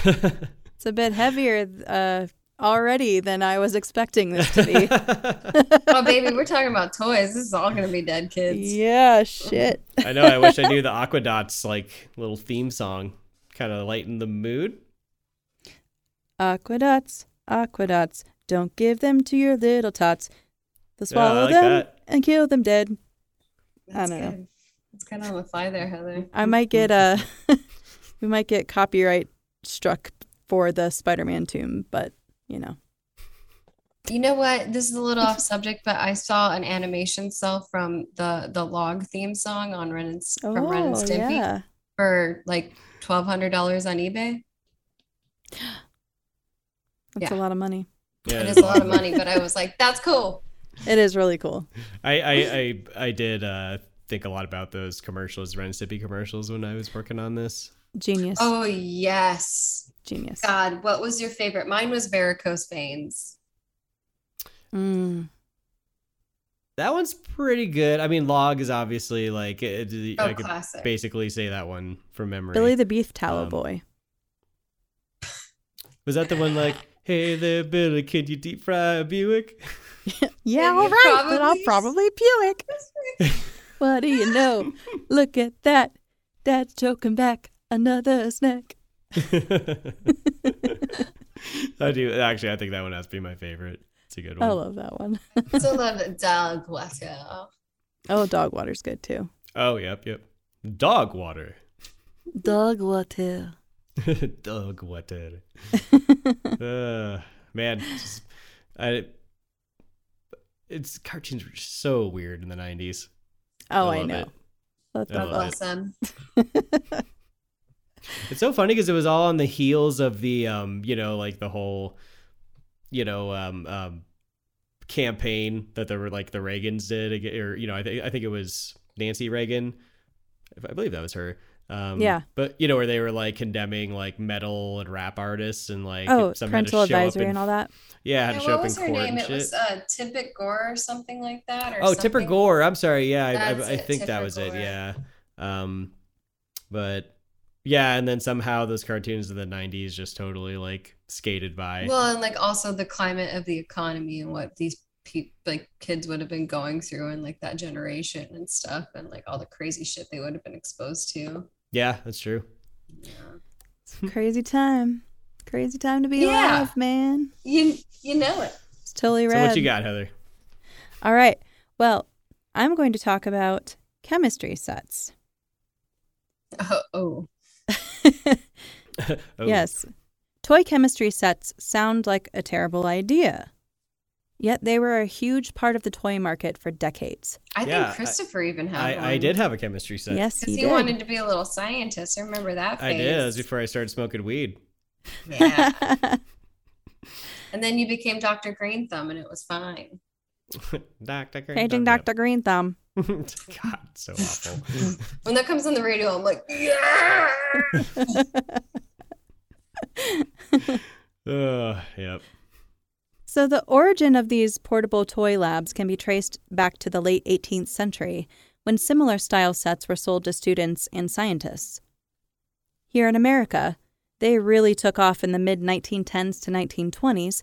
Speaker 3: it's a bit heavier uh, already than I was expecting this to be.
Speaker 1: I
Speaker 2: Oh, baby, we're talking about toys. This is all gonna be dead kids.
Speaker 3: yeah, shit.
Speaker 1: know. I wish I knew the Aquadots like little theme song, kind of lighten the mood.
Speaker 3: Aqueducts, aqueducts, don't give them to your little tots. They'll swallow
Speaker 1: like
Speaker 3: them
Speaker 1: that.
Speaker 3: and kill them dead.
Speaker 2: That's
Speaker 3: I don't know.
Speaker 2: good. It's kind of on the fly there, Heather.
Speaker 3: I might get uh, we might get copyright struck for the Spider-Man tomb, but you know,
Speaker 2: You know what? This is a little off subject, but I saw an animation cell from the the log theme song on Ren and, S- from Ren and
Speaker 3: Oh,
Speaker 2: Stimpy
Speaker 3: yeah,
Speaker 2: for like twelve hundred dollars on eBay.
Speaker 3: that's
Speaker 2: Yeah.
Speaker 3: a lot of money.
Speaker 1: Yeah,
Speaker 2: It is a lot of money, but I was like, that's cool.
Speaker 3: It is really cool.
Speaker 1: I I I, I did uh, think a lot about those commercials, Ren and Stimpy commercials, when I was working on this.
Speaker 3: Genius,
Speaker 2: Oh yes,
Speaker 3: genius.
Speaker 2: God! What was your favorite? Mine was varicose veins.
Speaker 3: Mm,
Speaker 1: That one's pretty good. I mean, log is obviously like it, it-
Speaker 2: Oh,
Speaker 1: I could
Speaker 2: classic.
Speaker 1: basically say that one from memory.
Speaker 3: Billy the Beef Tallow
Speaker 1: Um,
Speaker 3: Boy.
Speaker 1: was that the one like, "Hey there, Billy, can you deep fry a Buick?"
Speaker 3: Yeah, all
Speaker 2: you
Speaker 3: right, but I'll
Speaker 2: probably-
Speaker 3: probably Buick. what do you know? Look at that. Dad's choking back another snack.
Speaker 1: I do actually. I think that one has to be my favorite. It's a good
Speaker 3: I
Speaker 1: one.
Speaker 3: love that one.
Speaker 2: So love it, Doug Lesko.
Speaker 3: Oh, dog water's good too.
Speaker 1: Oh, yep, yep. Dog water.
Speaker 3: Dog water.
Speaker 1: Dog water. uh, man, just, I. It's cartoons were so weird in the nineties.
Speaker 3: Oh, I, know. That's
Speaker 1: I love it.
Speaker 2: Awesome.
Speaker 1: It's so funny because it was all on the heels of the, um, you know, like the whole, you know, um, um, campaign that the like the Reagans did, ag- or you know, I think I think it was Nancy Reagan, I believe that was her. Um,
Speaker 3: Yeah.
Speaker 1: but you know, where they were like condemning like metal and rap artists and like
Speaker 3: oh,
Speaker 1: some had to
Speaker 3: parental
Speaker 1: show up
Speaker 3: advisory
Speaker 1: in-
Speaker 3: and all that.
Speaker 1: Yeah, had
Speaker 2: And
Speaker 1: to show
Speaker 2: what
Speaker 1: up in
Speaker 2: was her
Speaker 1: court
Speaker 2: name?
Speaker 1: and
Speaker 2: It
Speaker 1: shit.
Speaker 2: was uh, Tippet Gore or something like that. Or
Speaker 1: oh, Tipper
Speaker 2: something.
Speaker 1: Gore. I'm sorry. Yeah, I, I,
Speaker 2: That's
Speaker 1: I
Speaker 2: it,
Speaker 1: think that
Speaker 2: Tipper
Speaker 1: was it.
Speaker 2: Gore.
Speaker 1: Yeah. Um, but yeah, and then somehow those cartoons of the '90s just totally like skated by.
Speaker 2: Well, and like also the climate of the economy and what these pe- like kids would have been going through and like that generation and stuff and like all the crazy shit they would have been exposed to.
Speaker 1: yeah, that's true.
Speaker 2: Yeah.
Speaker 3: Crazy time. Crazy time to be
Speaker 2: Yeah.
Speaker 3: alive, man.
Speaker 2: You you know it.
Speaker 3: It's totally
Speaker 1: So
Speaker 3: rad.
Speaker 1: what you got, Heather?
Speaker 3: All right. Well, I'm going to talk about chemistry sets.
Speaker 2: Oh, oh.
Speaker 1: Oh,
Speaker 3: Yes. Toy chemistry sets sound like a terrible idea. Yet they were a huge part of the toy market for decades.
Speaker 2: I
Speaker 1: Yeah, I-
Speaker 2: think Christopher even had one.
Speaker 1: I, I did have a chemistry set.
Speaker 3: Um, yes,
Speaker 2: Because
Speaker 3: you
Speaker 2: he
Speaker 3: did.
Speaker 2: wanted to be a little scientist. I remember that
Speaker 1: I
Speaker 2: phase.
Speaker 1: did. That was before I started smoking weed.
Speaker 2: Yeah. and then you became Dr. Green Thumb and it was fine.
Speaker 1: Doctor Green.
Speaker 3: Painting
Speaker 1: Thumb.
Speaker 3: Dr. Green Thumb.
Speaker 1: God, so awful.
Speaker 2: When that comes on the radio, I'm like, yeah.
Speaker 1: Ugh, yep.
Speaker 3: So, the origin of these portable toy labs can be traced back to the late 18th century when similar style sets were sold to students and scientists. Here in America, they really took off in the mid 1910s to 1920s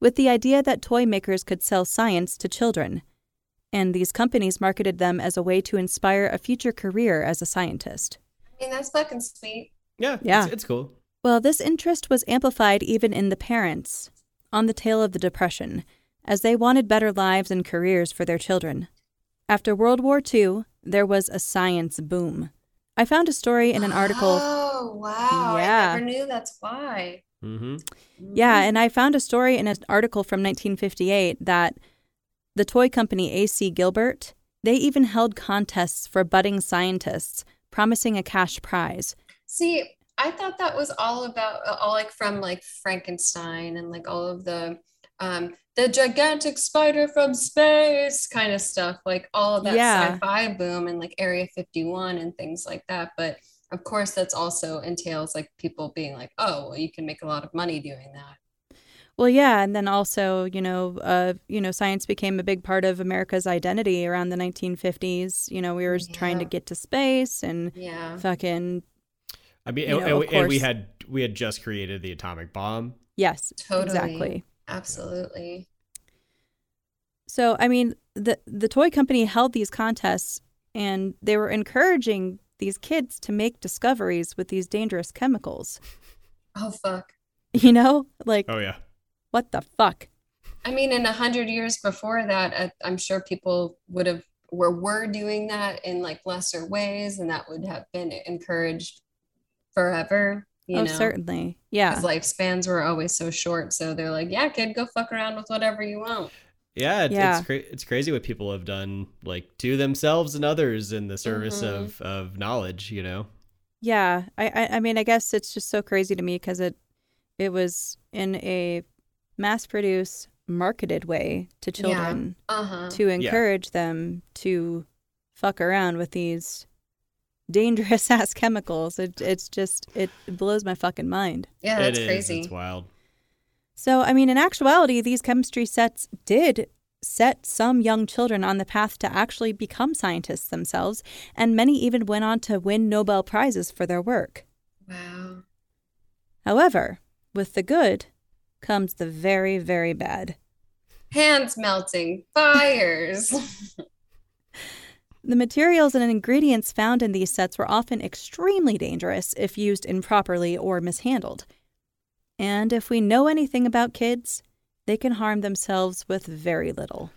Speaker 3: with the idea that toy makers could sell science to children, and these companies marketed them as a way to inspire a future career as a scientist.
Speaker 2: I mean, that's fucking sweet.
Speaker 1: Yeah,
Speaker 3: Yeah.
Speaker 1: It's, it's cool.
Speaker 3: Well, this interest was amplified even in the parents on the tail of the Depression, as they wanted better lives and careers for their children. After World War II, there was a science boom. I found a story in an article.
Speaker 2: Oh, wow.
Speaker 3: Yeah.
Speaker 2: I never knew that's why.
Speaker 1: Mm-hmm.
Speaker 3: Yeah, and I found a story in an article from 1958 that the toy company A.C. Gilbert, they even held contests for budding scientists, promising a cash prize.
Speaker 2: See, I thought that was all about uh, all like from like Frankenstein and like all of the um the gigantic spider from space kind of stuff, like all of that
Speaker 3: Yeah.
Speaker 2: sci-fi boom and like Area 51 and things like that. But of course, that's also entails like people being like, oh, well, you can make a lot of money doing that.
Speaker 3: Well, yeah, and then also, you know, uh, you know, science became a big part of America's identity around the 1950s. You know, we were trying to
Speaker 2: Yeah.
Speaker 3: get to space and
Speaker 2: Yeah.
Speaker 3: fucking
Speaker 1: I mean,
Speaker 3: You
Speaker 1: and,
Speaker 3: know,
Speaker 1: and
Speaker 3: of
Speaker 1: we- and we
Speaker 3: course.
Speaker 1: had we had just created the atomic bomb.
Speaker 3: yes,
Speaker 2: Totally.
Speaker 3: exactly.
Speaker 2: Absolutely.
Speaker 3: So, I mean, the the toy company held these contests and they were encouraging these kids to make discoveries with these dangerous chemicals.
Speaker 2: Oh fuck.
Speaker 3: You know, like
Speaker 1: Oh yeah.
Speaker 3: what the fuck?
Speaker 2: I mean, in a hundred years before that, I, I'm sure people would have were were doing that in like lesser ways, and that would have been encouraged forever. You
Speaker 3: oh,
Speaker 2: know,
Speaker 3: certainly. Yeah.
Speaker 2: because lifespans were always so short, so they're like, "Yeah, kid, go fuck around with whatever you want."
Speaker 1: Yeah, it,
Speaker 3: Yeah.
Speaker 1: it's cra- it's crazy what people have done like to themselves and others in the service
Speaker 3: Mm-hmm.
Speaker 1: of of knowledge, you know.
Speaker 3: Yeah, I, I I mean I guess it's just so crazy to me because it it was in a mass produced marketed way to
Speaker 2: Yeah.
Speaker 3: children
Speaker 2: Uh huh.
Speaker 3: to encourage them to fuck around with these dangerous ass chemicals. It it's just it blows my fucking mind.
Speaker 2: Yeah, that's
Speaker 1: It is,
Speaker 2: crazy.
Speaker 1: It's wild.
Speaker 3: So I mean in actuality these chemistry sets did set some young children on the path to actually become scientists themselves and many even went on to win Nobel prizes for their work.
Speaker 2: Wow.
Speaker 3: However, with the good comes the very, very bad.
Speaker 2: Hands melting, fires.
Speaker 3: The materials and ingredients found in these sets were often extremely dangerous if used improperly or mishandled. And if we know anything about kids, they can harm themselves with very little.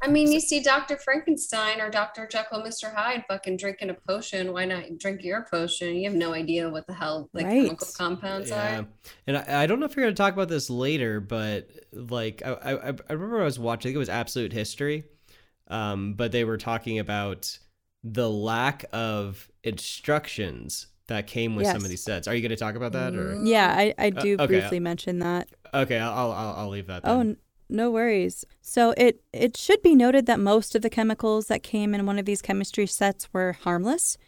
Speaker 2: I mean, you see Dr. Frankenstein or Dr. Jekyll, Mr. Hyde fucking drinking a potion. Why not drink your potion? You have no idea what the hell like
Speaker 3: Right.
Speaker 2: chemical compounds
Speaker 1: Yeah.
Speaker 2: are.
Speaker 1: And I, I don't know if you're going to talk about this later, but like I, I, I remember I was watching, I think it was Absolute History, um, but they were talking about the lack of instructions that came with some
Speaker 3: Yes. Mm.
Speaker 1: of these sets. Are you going to talk about that? Or
Speaker 3: Yeah, I, I
Speaker 1: Uh,
Speaker 3: do
Speaker 1: okay.
Speaker 3: briefly mention that.
Speaker 1: okay, I'll I'll, I'll, I'll leave that.
Speaker 3: Oh,
Speaker 1: Then.
Speaker 3: n- no worries. So it it should be noted that most of the chemicals that came in one of these chemistry sets were harmless.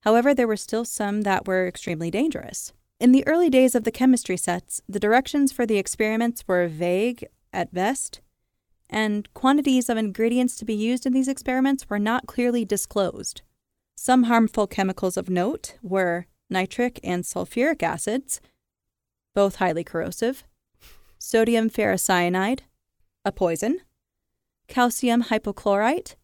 Speaker 3: However, there were still some that were extremely dangerous. In the early days of the chemistry sets, the directions for the experiments were vague at best, and quantities of ingredients to be used in these experiments were not clearly disclosed. Some harmful chemicals of note were nitric and sulfuric acids, both highly corrosive, sodium ferrocyanide, a poison, calcium hypochlorite,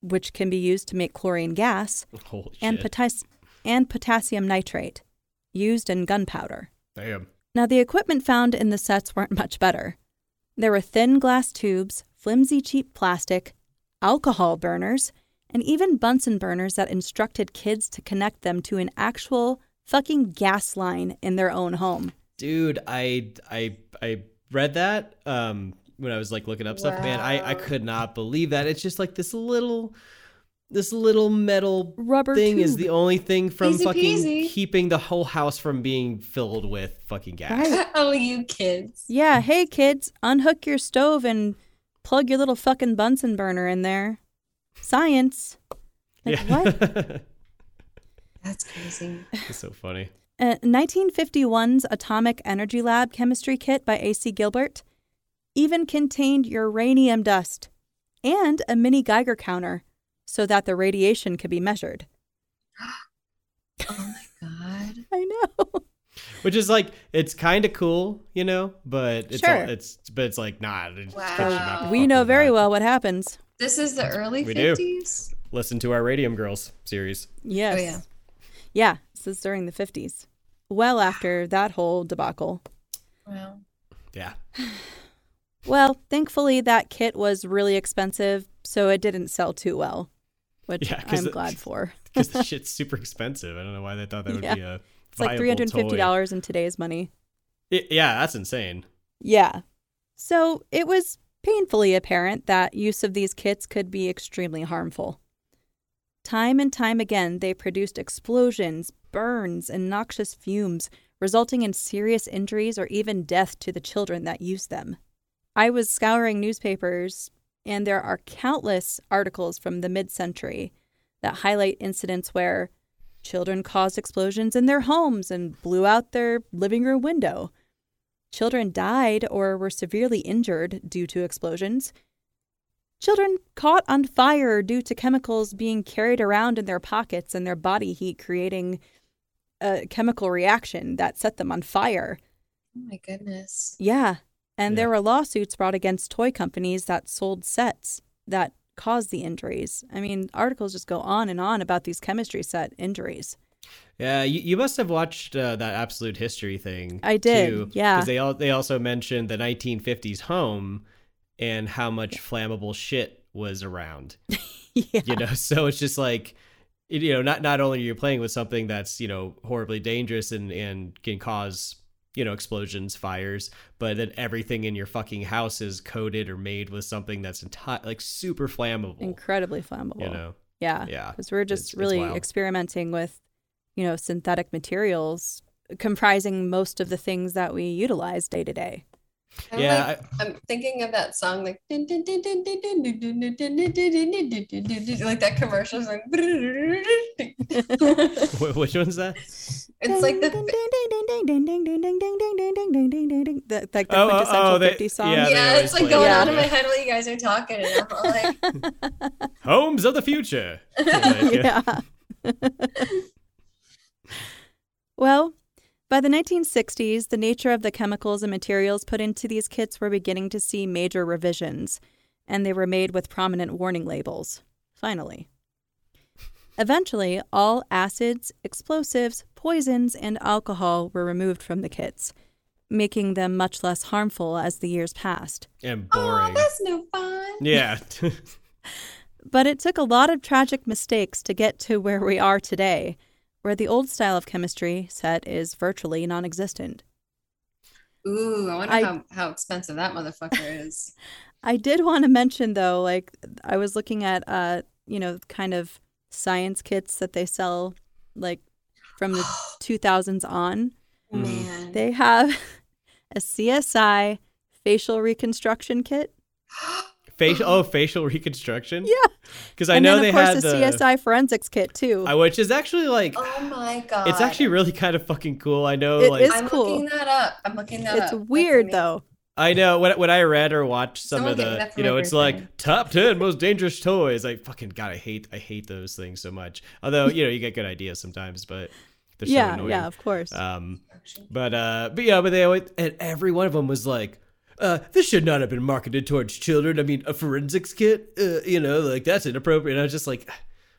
Speaker 3: which can be used to make chlorine gas,
Speaker 1: Holy
Speaker 3: and,
Speaker 1: shit.
Speaker 3: potas- and potassium nitrate, used in gunpowder.
Speaker 1: Damn.
Speaker 3: Now, the equipment found in the sets weren't much better. There were thin glass tubes, flimsy cheap plastic, alcohol burners, and even Bunsen burners that instructed kids to connect them to an actual fucking gas line in their own home.
Speaker 1: Dude, I I I read that um when I was like looking up stuff. Man, I I
Speaker 2: Wow.
Speaker 1: could not believe that. It's just like this little this little metal
Speaker 3: Rubber
Speaker 1: thing
Speaker 3: tube.
Speaker 1: is the only thing from
Speaker 2: Easy
Speaker 1: fucking
Speaker 2: peasy.
Speaker 1: keeping the whole house from being filled with fucking gas.
Speaker 3: Right.
Speaker 2: oh, you kids.
Speaker 3: Yeah, hey kids, unhook your stove and plug your little fucking Bunsen burner in there. Science. Like what?
Speaker 2: That's crazy.
Speaker 1: it's so funny.
Speaker 3: Uh, 1951's Atomic Energy Lab chemistry kit by A.C. Gilbert even contained uranium dust and a mini Geiger counter so that the radiation could be measured.
Speaker 2: Oh my god.
Speaker 3: I know.
Speaker 1: Which is like it's kind of cool, you know, but it's
Speaker 3: Sure.
Speaker 1: all, it's but it's like nah. It's
Speaker 2: Wow.
Speaker 1: fiction, not
Speaker 3: we
Speaker 1: fuck
Speaker 3: know
Speaker 1: with
Speaker 3: very
Speaker 1: that.
Speaker 3: well what happens.
Speaker 2: This is the early
Speaker 1: We do.
Speaker 2: fifties.
Speaker 1: Listen to our Radium Girls series.
Speaker 3: Yes.
Speaker 2: yeah.
Speaker 3: Yeah, this is during the 50s. Well after that whole debacle.
Speaker 2: Wow. Oh
Speaker 1: Yeah.
Speaker 3: Well, thankfully, that kit was really expensive, so it didn't sell too well, which
Speaker 1: Yeah, 'cause
Speaker 3: I'm
Speaker 1: the-
Speaker 3: glad for.
Speaker 1: because the shit's super expensive. I don't know why they thought that would
Speaker 3: Yeah.
Speaker 1: be a
Speaker 3: It's
Speaker 1: viable
Speaker 3: like
Speaker 1: toy.
Speaker 3: $350 in today's money.
Speaker 1: I- yeah, that's insane.
Speaker 3: Yeah. So it was painfully apparent that use of these kits could be extremely harmful. Time and time again, they produced explosions, burns, and noxious fumes, resulting in serious injuries or even death to the children that used them. I was scouring newspapers, and there are countless articles from the mid century that highlight incidents where children caused explosions in their homes and blew out their living room window. Children died or were severely injured due to explosions. Children caught on fire due to chemicals being carried around in their pockets and their body heat creating a chemical reaction that set them on fire.
Speaker 2: Oh my goodness.
Speaker 3: Yeah. And there
Speaker 1: Yeah.
Speaker 3: were lawsuits brought against toy companies that sold sets that caused the injuries. I mean, articles just go on and on about these chemistry set injuries.
Speaker 1: Yeah, you, you must have watched uh, that Absolute History thing.
Speaker 3: I did,
Speaker 1: too,
Speaker 3: yeah.
Speaker 1: 'cause they all they also mentioned the 1950s home and how much flammable shit was around.
Speaker 3: yeah.
Speaker 1: You know, so it's just like you know, not not only are you playing with something that's you know horribly dangerous and and can cause you know explosions, fires, but then everything in your fucking house is coated or made with something that's enti- like super flammable.
Speaker 3: Incredibly flammable.
Speaker 1: you know.
Speaker 3: Yeah.
Speaker 1: Yeah.
Speaker 3: because we're just
Speaker 1: It's- it's
Speaker 3: really
Speaker 1: wild.
Speaker 3: experimenting with you know synthetic materials comprising most of the things that we utilize day to day
Speaker 2: I'm
Speaker 1: yeah.
Speaker 2: like-
Speaker 1: I-
Speaker 2: I'm thinking of that song like like that commercial song. it's
Speaker 1: Wh- which one's that?
Speaker 2: like the
Speaker 3: the like the
Speaker 1: Oh, oh,
Speaker 3: quintessential
Speaker 1: oh, they-
Speaker 3: 50 song
Speaker 1: Yeah, they
Speaker 2: yeah,
Speaker 1: always
Speaker 2: it's like
Speaker 1: play
Speaker 2: going
Speaker 3: that,
Speaker 2: out of
Speaker 1: yeah.
Speaker 2: my head while you guys are talking, and I'm all like,
Speaker 1: Homes of the future. Like, uh, yeah.
Speaker 3: yeah. well, by the 1960s, the nature of the chemicals and materials put into these kits were beginning to see major revisions, and they were made with prominent warning labels. Finally. Eventually, all acids, explosives, poisons, and alcohol were removed from the kits, making them much less harmful as the years passed.
Speaker 1: and
Speaker 2: "Oh,
Speaker 1: boring.
Speaker 2: that's no fun."
Speaker 1: yeah.
Speaker 3: But it took a lot of tragic mistakes to get to where we are today, where the old style of chemistry set is virtually non existent.
Speaker 2: Ooh, I wonder
Speaker 3: I-
Speaker 2: how, how expensive that motherfucker is.
Speaker 3: I did want to mention, though, like I was looking at, uh, you know, kind of science kits that they sell, like from the 2000s on.
Speaker 1: Mhm.
Speaker 2: Mm. Man.
Speaker 3: They have a CSI facial reconstruction kit.
Speaker 1: facial oh, facial reconstruction?
Speaker 3: Yeah.
Speaker 1: Cuz I
Speaker 3: and
Speaker 1: know
Speaker 3: then,
Speaker 1: they
Speaker 3: of course,
Speaker 1: had
Speaker 3: a
Speaker 1: the
Speaker 3: CSI forensics kit, too.
Speaker 1: I- which is actually like
Speaker 2: oh my god.
Speaker 1: it's actually really kind of fucking cool. I know
Speaker 3: It
Speaker 1: like
Speaker 3: is-
Speaker 2: I'm
Speaker 3: cool.
Speaker 2: looking that up. I'm looking that up.
Speaker 3: it's
Speaker 2: That's
Speaker 3: weird,
Speaker 2: amazing.
Speaker 3: though.
Speaker 1: I know when when I read or watched some
Speaker 2: Someone
Speaker 1: of
Speaker 2: gave me
Speaker 1: the
Speaker 2: that for
Speaker 1: you
Speaker 2: my
Speaker 1: know, it's
Speaker 2: birthday.
Speaker 1: like top 10 most dangerous toys. I fucking god, I hate I hate those things so much. Although, you know, you get good ideas sometimes, but They're
Speaker 3: yeah,
Speaker 1: so annoying.
Speaker 3: yeah, of course.
Speaker 1: Um,
Speaker 2: Action.
Speaker 1: but uh, but yeah, but they always and every one of them was like, uh, this should not have been marketed towards children. I mean, a forensics kit, uh, you know, like that's inappropriate. And I was just like,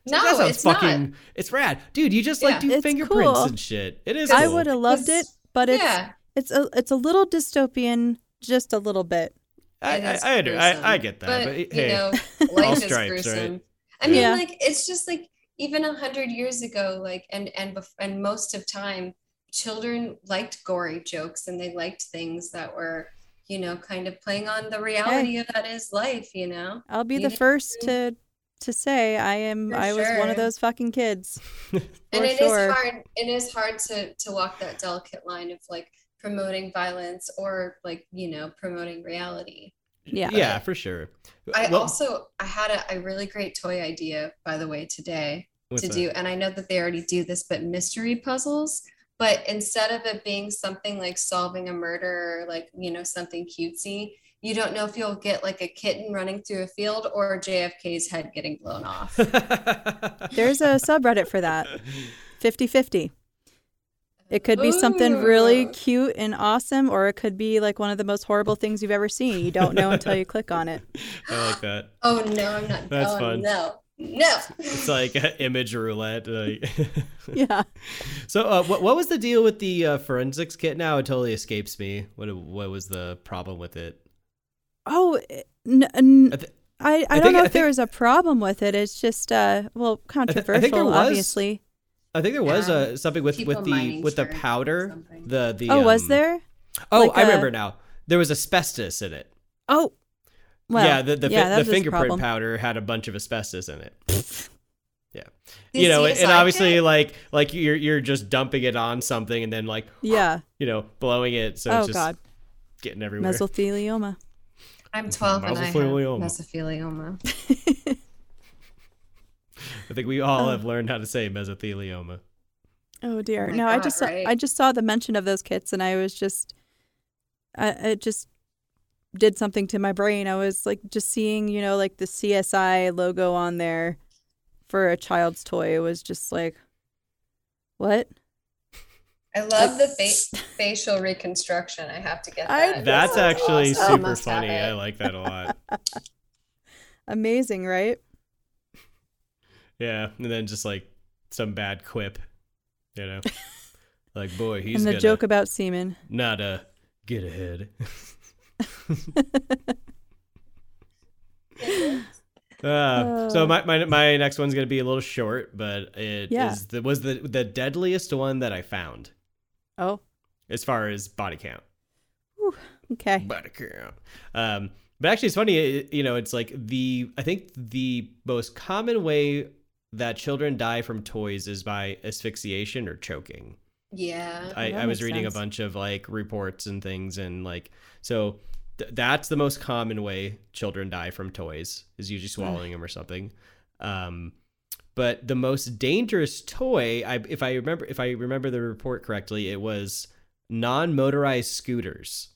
Speaker 2: No,
Speaker 1: that sounds
Speaker 2: it's
Speaker 1: fucking,
Speaker 2: not.
Speaker 1: it's rad, dude. You just
Speaker 2: Yeah.
Speaker 1: like do
Speaker 3: It's
Speaker 1: fingerprints
Speaker 3: cool.
Speaker 1: and shit. It is.
Speaker 3: I
Speaker 1: cool.
Speaker 3: would have loved it, but it's
Speaker 2: yeah,
Speaker 3: it's a it's a little dystopian, just a little bit.
Speaker 1: I,
Speaker 2: it
Speaker 1: I,
Speaker 2: is
Speaker 1: I, under- I, I
Speaker 2: gruesome.
Speaker 1: get that, but,
Speaker 2: you
Speaker 1: hey,
Speaker 2: know, life is
Speaker 1: stripes,
Speaker 2: gruesome.
Speaker 1: right?
Speaker 2: I mean,
Speaker 3: Yeah.
Speaker 2: like it's just like even a hundred years ago, like and and bef- and most of time, children liked gory jokes and they liked things that were, you know, kind of playing on the reality of that is life. You know,
Speaker 3: I'll be
Speaker 2: You
Speaker 3: the
Speaker 2: did
Speaker 3: first to to say I am.
Speaker 2: For
Speaker 3: I was one
Speaker 2: sure.
Speaker 3: of those fucking kids.
Speaker 2: and
Speaker 3: For
Speaker 2: it is
Speaker 3: sure.
Speaker 2: hard. It is hard to to walk that delicate line of like promoting violence or like you know promoting reality.
Speaker 3: Yeah.
Speaker 1: yeah, for sure.
Speaker 2: I
Speaker 1: Well,
Speaker 2: also I had a, a really great toy idea by the way today
Speaker 1: what's
Speaker 2: to
Speaker 1: that?
Speaker 2: do, and I know that they already do this, but mystery puzzles. But instead of it being something like solving a murder, or like you know something cutesy, you don't know if you'll get like a kitten running through a field or JFK's head getting blown off.
Speaker 3: There's a subreddit for that. 50-50. It could be something really
Speaker 2: Ooh.
Speaker 3: cute and awesome, or it could be like one of the most horrible things you've ever seen. You don't know until you click on it.
Speaker 1: I like that.
Speaker 2: Oh no, I'm not.
Speaker 1: That's
Speaker 2: oh,
Speaker 1: fun.
Speaker 2: No, no.
Speaker 1: It's like image roulette. Like.
Speaker 3: Yeah.
Speaker 1: so, uh, what what was the deal with the uh, forensics kit? Now it totally escapes me. What what was the problem with it?
Speaker 3: Oh, n- n-
Speaker 1: I, th-
Speaker 3: I, I,
Speaker 1: I
Speaker 3: don't
Speaker 1: think-
Speaker 3: know
Speaker 1: I
Speaker 3: if there
Speaker 1: think-
Speaker 3: was a problem with it. It's just uh well controversial,
Speaker 1: there was
Speaker 3: obviously.
Speaker 1: I think there was
Speaker 2: Yeah.
Speaker 1: uh, something with,
Speaker 2: Um, People
Speaker 1: with the
Speaker 2: mining
Speaker 1: with the
Speaker 2: shards or
Speaker 1: powder.
Speaker 2: something.
Speaker 1: The the
Speaker 3: oh, was
Speaker 1: um,
Speaker 3: there?
Speaker 1: Oh,
Speaker 3: Like
Speaker 1: I
Speaker 3: a-
Speaker 1: remember now. There was asbestos in it.
Speaker 3: Oh, well,
Speaker 1: yeah, the the, fi-
Speaker 3: yeah, that
Speaker 1: the
Speaker 3: was his
Speaker 1: fingerprint
Speaker 3: problem.
Speaker 1: powder had a bunch of asbestos in it. yeah,
Speaker 2: The
Speaker 1: you know, and
Speaker 2: CSI
Speaker 1: obviously,
Speaker 2: kit?
Speaker 1: like like you're you're just dumping it on something and then like
Speaker 3: Yeah.
Speaker 1: you know blowing it, so
Speaker 3: oh
Speaker 1: it's just
Speaker 3: God,
Speaker 1: getting everywhere.
Speaker 3: mesothelioma.
Speaker 2: I'm 12 and I have
Speaker 1: Mesothelioma.
Speaker 2: mesothelioma.
Speaker 1: I think we all have learned how to say mesothelioma.
Speaker 3: Oh dear.
Speaker 2: my
Speaker 3: no, I
Speaker 2: God,
Speaker 3: just saw,
Speaker 2: right?
Speaker 3: I just saw the mention of those kits, and I was just, I it just did something to my brain. I was like just seeing you know like the CSI logo on there for a child's toy. It was just like, what?
Speaker 2: I love the fa- facial reconstruction. I have to get
Speaker 3: I
Speaker 2: that.
Speaker 3: know.
Speaker 1: That's actually
Speaker 2: awesome. I
Speaker 1: super
Speaker 2: must have
Speaker 1: funny.
Speaker 2: it.
Speaker 1: I like that a lot.
Speaker 3: Amazing, right?
Speaker 1: yeah, and then just like some bad quip, you know, like boy, he's
Speaker 3: and the
Speaker 1: gonna
Speaker 3: joke about semen.
Speaker 1: not uh, get ahead. Uh, so
Speaker 3: Uh.
Speaker 1: my, my my next one's gonna be a little short, but it is
Speaker 3: Yeah.
Speaker 1: the, was the the deadliest one that I found
Speaker 3: Oh,
Speaker 1: as far as body count.
Speaker 3: okay.
Speaker 1: Body count. Um, but actually, it's funny. It, you know, it's like the I think the most common way that children die from toys is by asphyxiation or choking.
Speaker 2: Yeah.
Speaker 1: I,
Speaker 3: Oh, that
Speaker 1: I was
Speaker 3: makes
Speaker 1: reading
Speaker 3: sense.
Speaker 1: a bunch of like reports and things, and like so th- that's the most common way children die from toys is usually swallowing them or something. Um, but the most dangerous toy, I, if I remember, if I remember the report correctly, it was non-motorized scooters,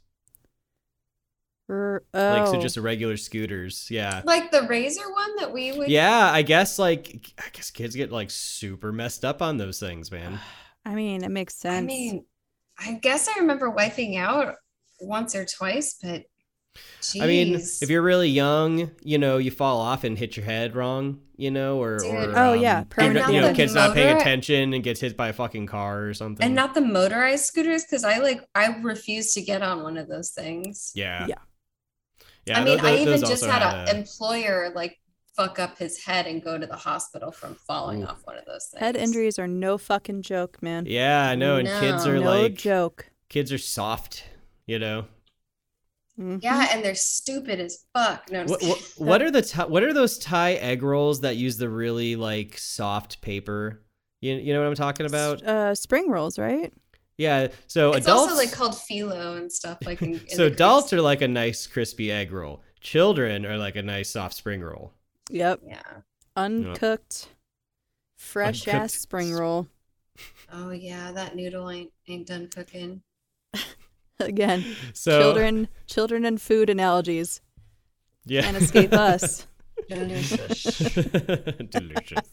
Speaker 3: R-
Speaker 1: like so
Speaker 3: oh.
Speaker 1: just regular scooters. Yeah,
Speaker 2: like the razor one that we would
Speaker 1: yeah. I guess like I guess kids get like super messed up on those things, man.
Speaker 3: I mean, it makes sense.
Speaker 2: i mean i guess i remember wiping out once or twice but
Speaker 1: I mean,
Speaker 2: jeez.
Speaker 1: if you're really young, you know, you fall off and hit your head wrong, you know, or,
Speaker 2: Dude.
Speaker 1: or
Speaker 3: Oh, yeah,
Speaker 1: um,
Speaker 3: permanent
Speaker 1: you know,
Speaker 3: damage.
Speaker 1: kids not paying
Speaker 2: Motor-
Speaker 1: attention and gets hit by a fucking car or something.
Speaker 2: and not the motorized scooters because i like i refuse to get on one of those things
Speaker 1: yeah,
Speaker 3: Yeah.
Speaker 1: yeah.
Speaker 2: i mean
Speaker 1: tho-
Speaker 2: i
Speaker 1: tho-
Speaker 2: even
Speaker 1: those
Speaker 2: just
Speaker 1: also
Speaker 2: had, an employer like fuck up his head and go to the hospital from falling
Speaker 1: Ooh.
Speaker 2: off one of those things
Speaker 3: Head injuries are no fucking joke, man.
Speaker 1: yeah, I know. And kids
Speaker 2: No.
Speaker 1: are
Speaker 3: Oh, no
Speaker 1: like,
Speaker 3: joke.
Speaker 1: kids are soft, you know.
Speaker 3: Mhm.
Speaker 2: yeah
Speaker 1: Mm-hmm.
Speaker 2: and they're stupid as fuck no I'm
Speaker 1: What,
Speaker 2: just
Speaker 1: what, what are the Thai- what are those Thai egg rolls that use the really like soft paper? You, you know what I'm talking about?
Speaker 3: uh, spring rolls, right?
Speaker 1: Yeah. So
Speaker 2: it's
Speaker 1: adults
Speaker 2: also like called phyllo and stuff like in, in
Speaker 1: so
Speaker 2: the Greek
Speaker 1: adults are like a nice crispy egg roll. Children are like a nice soft spring roll.
Speaker 3: Yep.
Speaker 2: yeah
Speaker 3: Uncooked, fresh ass
Speaker 1: Uncooked
Speaker 3: spring
Speaker 1: s-
Speaker 3: roll.
Speaker 2: oh yeah that noodle ain't ain't done cooking
Speaker 3: Again,
Speaker 1: So
Speaker 3: children, children, and food analogies
Speaker 1: yeah.
Speaker 3: can't escape us.
Speaker 2: Delicious.
Speaker 1: Delicious.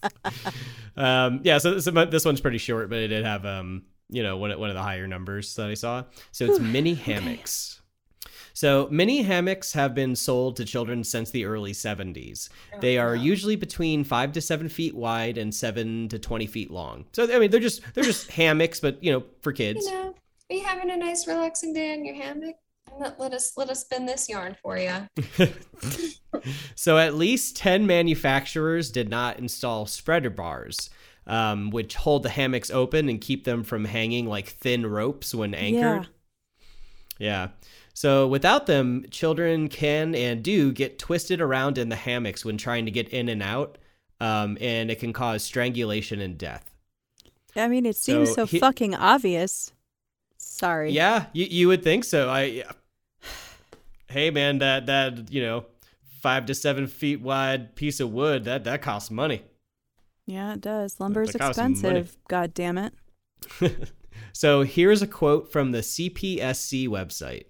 Speaker 1: um, yeah, so, so my- this one's pretty short, but it did have um, you know, one of- one of the higher numbers that I saw. So it's mini hammocks. So mini hammocks have been sold to children since the early 70s.
Speaker 2: Oh,
Speaker 1: They are usually between five to seven feet wide and seven to 20 feet long. So I mean, they're just they're just hammocks, but you know, for kids.
Speaker 2: You know, are you having a nice relaxing day in your hammock? Let, let us let us spin this yarn for you.
Speaker 1: So at least 10 manufacturers did not install spreader bars, um, which hold the hammocks open and keep them from hanging like thin ropes when anchored. Yeah. So without them, children can and do get twisted around in the hammocks when trying to get in and out, um, and it can cause strangulation and death.
Speaker 3: I mean, it seems
Speaker 1: So
Speaker 3: so,
Speaker 1: he-
Speaker 3: fucking obvious. Sorry.
Speaker 1: Yeah, you, you would think so. I, hey man, that that you know, five to seven feet wide piece of wood that that costs money.
Speaker 3: Yeah, it does. Lumber's
Speaker 1: that costs some money.
Speaker 3: expensive. God damn it.
Speaker 1: So here's a quote from the CPSC website.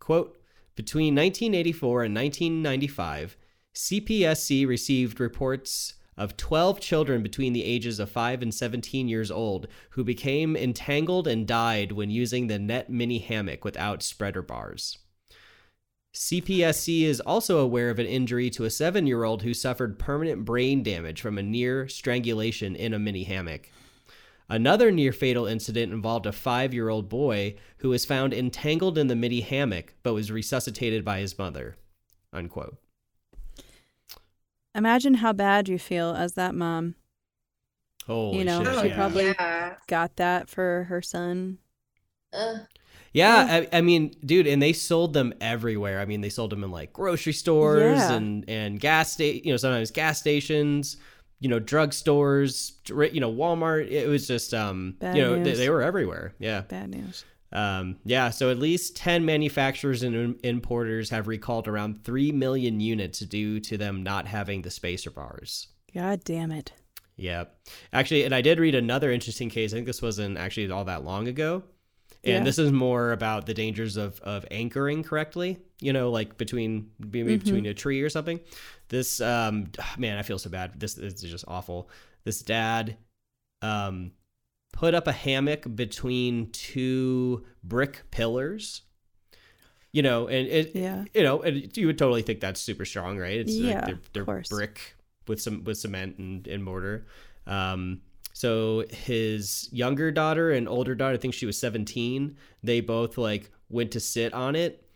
Speaker 1: Quote, between 1984 and 1995, CPSC received reports of 12 children between the ages of 5 and 17 years old who became entangled and died when using the net mini hammock without spreader bars. CPSC is also aware of an injury to a 7-year-old who suffered permanent brain damage from a near strangulation in a mini hammock. Another near fatal incident involved a five year old boy who was found entangled in the mini hammock but was resuscitated by his mother. Unquote.
Speaker 3: Imagine how bad you feel as that mom
Speaker 1: Holy
Speaker 3: You know,
Speaker 1: shit.
Speaker 3: she
Speaker 1: yeah,
Speaker 3: probably-
Speaker 2: yeah.
Speaker 3: got that for her son.
Speaker 2: Uh,
Speaker 1: yeah I, I mean, dude, and they sold them everywhere. I mean, they sold them in like grocery stores
Speaker 3: Yeah.
Speaker 1: and, and gas sta- you know, sometimes gas stations, you know, drugstores, dr- you know, Walmart. It was just, um,
Speaker 3: Bad
Speaker 1: you know, they,
Speaker 3: news.
Speaker 1: they were everywhere. Yeah.
Speaker 3: Bad news.
Speaker 1: Um, yeah, so at least 10 manufacturers and im- importers have recalled around 3 million units due to them not having the spacer bars.
Speaker 3: God damn it.
Speaker 1: Yeah. Actually, and I did read another interesting case. I think this wasn't actually all that long ago. And
Speaker 3: Yeah.
Speaker 1: this is more about the dangers of, of anchoring correctly, you know, like between maybe between a tree or something. This um man, I feel so bad. This, this is just awful. This dad um put up a hammock between two brick pillars. You know, and it
Speaker 3: Yeah.
Speaker 1: you know, and you would totally think that's super strong, right? It's
Speaker 3: Yeah,
Speaker 1: like they're,
Speaker 3: of
Speaker 1: they're
Speaker 3: course.
Speaker 1: brick with some with cement and, and mortar. Um, so his younger daughter and older daughter, I think she was 17, they both like went to sit on it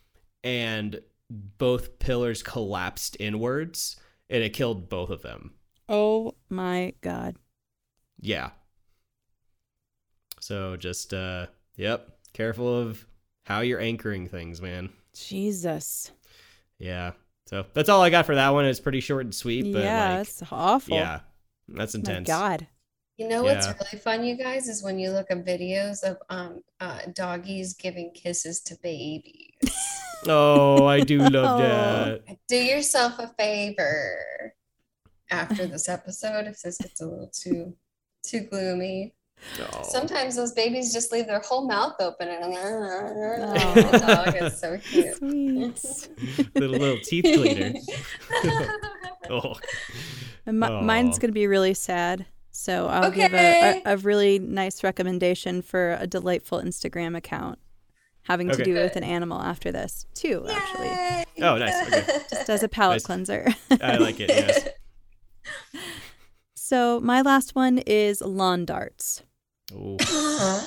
Speaker 1: and both pillars collapsed inwards and it killed both of them.
Speaker 3: Oh my God.
Speaker 1: Yeah. So just uh yep, careful of how you're anchoring things, man.
Speaker 3: Jesus.
Speaker 1: Yeah. So that's all I got for that one. It's pretty short and sweet, but
Speaker 3: yeah,
Speaker 1: like,
Speaker 3: that's awful. Oh
Speaker 1: yeah, that's
Speaker 3: My
Speaker 1: intense.
Speaker 3: God.
Speaker 2: you know what's
Speaker 1: Yeah.
Speaker 2: really fun, you guys, is when you look at videos of um uh, doggies giving kisses to babies.
Speaker 1: Oh, I do love
Speaker 3: Oh.
Speaker 1: that.
Speaker 2: Do yourself a favor after this episode if this gets a little too too gloomy.
Speaker 1: Oh.
Speaker 2: Sometimes those babies just leave their whole mouth open and
Speaker 3: Oh.
Speaker 2: the dog is so cute.
Speaker 3: Sweet.
Speaker 1: little little teeth cleaner. Oh,
Speaker 3: And mi- Mine's
Speaker 1: Aw.
Speaker 3: going to be really sad. So I'll give a,
Speaker 2: Okay.
Speaker 3: a, a really nice recommendation for a delightful Instagram account having
Speaker 1: Okay.
Speaker 3: to do with an animal after this, too, actually.
Speaker 2: Yay.
Speaker 1: Oh, nice. Okay.
Speaker 3: Just as a palate
Speaker 1: Nice.
Speaker 3: cleanser.
Speaker 1: I like it. Yes.
Speaker 3: so my last one is lawn darts.
Speaker 1: Oh,
Speaker 2: Uh-huh.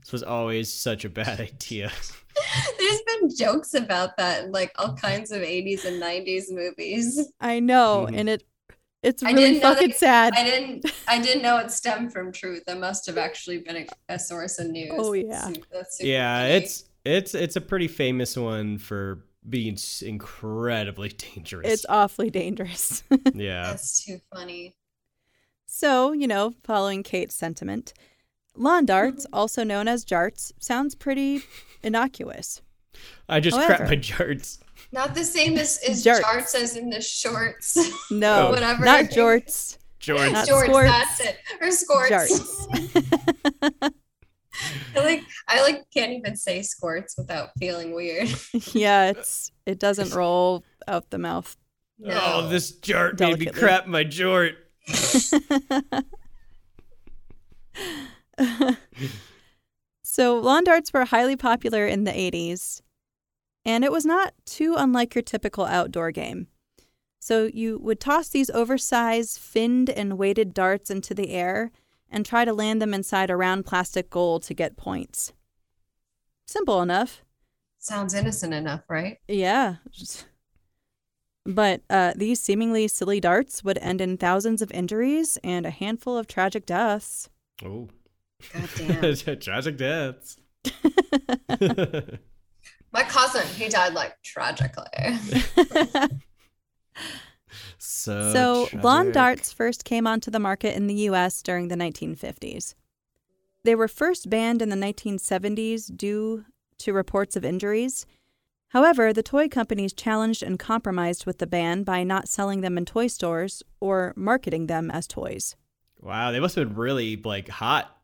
Speaker 1: this was always such a bad idea.
Speaker 2: There's been jokes about that in like all kinds of 80s and 90s movies.
Speaker 3: I know,
Speaker 1: Mhm.
Speaker 3: and it it's
Speaker 2: I
Speaker 3: really
Speaker 2: didn't know that
Speaker 3: fucking
Speaker 2: you-
Speaker 3: sad.
Speaker 2: I didn't I didn't know it stemmed from truth. That must have actually been a, a source of news.
Speaker 3: Oh, yeah.
Speaker 2: That's su- that's super
Speaker 1: yeah,
Speaker 2: funny.
Speaker 1: it's it's it's a pretty famous one for being s- incredibly dangerous.
Speaker 3: It's awfully dangerous.
Speaker 1: yeah.
Speaker 2: that's too funny.
Speaker 3: so, you know, following Kate's sentiment, lawn darts, also known as jarts, sounds pretty innocuous.
Speaker 1: I just crap
Speaker 3: However-
Speaker 1: my jarts.
Speaker 2: Not the same as, as
Speaker 3: Jarts.
Speaker 2: charts as in the shorts.
Speaker 3: No,
Speaker 2: Whatever.
Speaker 3: not jorts,
Speaker 1: Jorts.
Speaker 3: Not
Speaker 2: Shorts,
Speaker 3: squirts.
Speaker 2: that's it. Or squirts.
Speaker 3: jarts.
Speaker 2: I like I like can't even say squirts without feeling weird.
Speaker 3: yeah, it's it doesn't roll out the mouth
Speaker 2: No.
Speaker 1: Oh, this jart made me
Speaker 3: Delicately.
Speaker 1: crap my jort.
Speaker 3: so lawn darts were highly popular in the 80s, and it was not too unlike your typical outdoor game. So you would toss these oversized, finned, and weighted darts into the air and try to land them inside a round plastic goal to get points. Simple enough.
Speaker 2: Sounds innocent enough, right?
Speaker 3: Yeah. But uh, these seemingly silly darts would end in thousands of injuries and a handful of tragic deaths.
Speaker 1: Oh,
Speaker 2: God damn.
Speaker 1: tragic deaths.
Speaker 2: My cousin, he died like tragically.
Speaker 1: so,
Speaker 3: so, lawn
Speaker 1: tragic.
Speaker 3: darts first came onto the market in the US during the 1950s. They were first banned in the 1970s due to reports of injuries. However, the toy companies challenged and compromised with the ban by not selling them in toy stores or marketing them as toys.
Speaker 1: Wow, they must have been really like hot,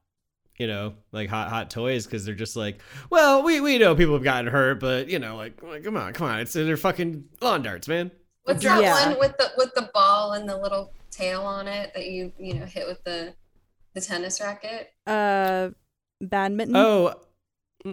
Speaker 1: you know, like hot hot toys because they're just like, well, we we know people have gotten hurt, but you know, like, like, come on, come on, it's they're fucking lawn darts, man.
Speaker 2: What's that
Speaker 3: Yeah.
Speaker 2: one with the with the ball and the little tail on it that you you know hit with the the tennis racket?
Speaker 3: Uh, badminton.
Speaker 1: Oh,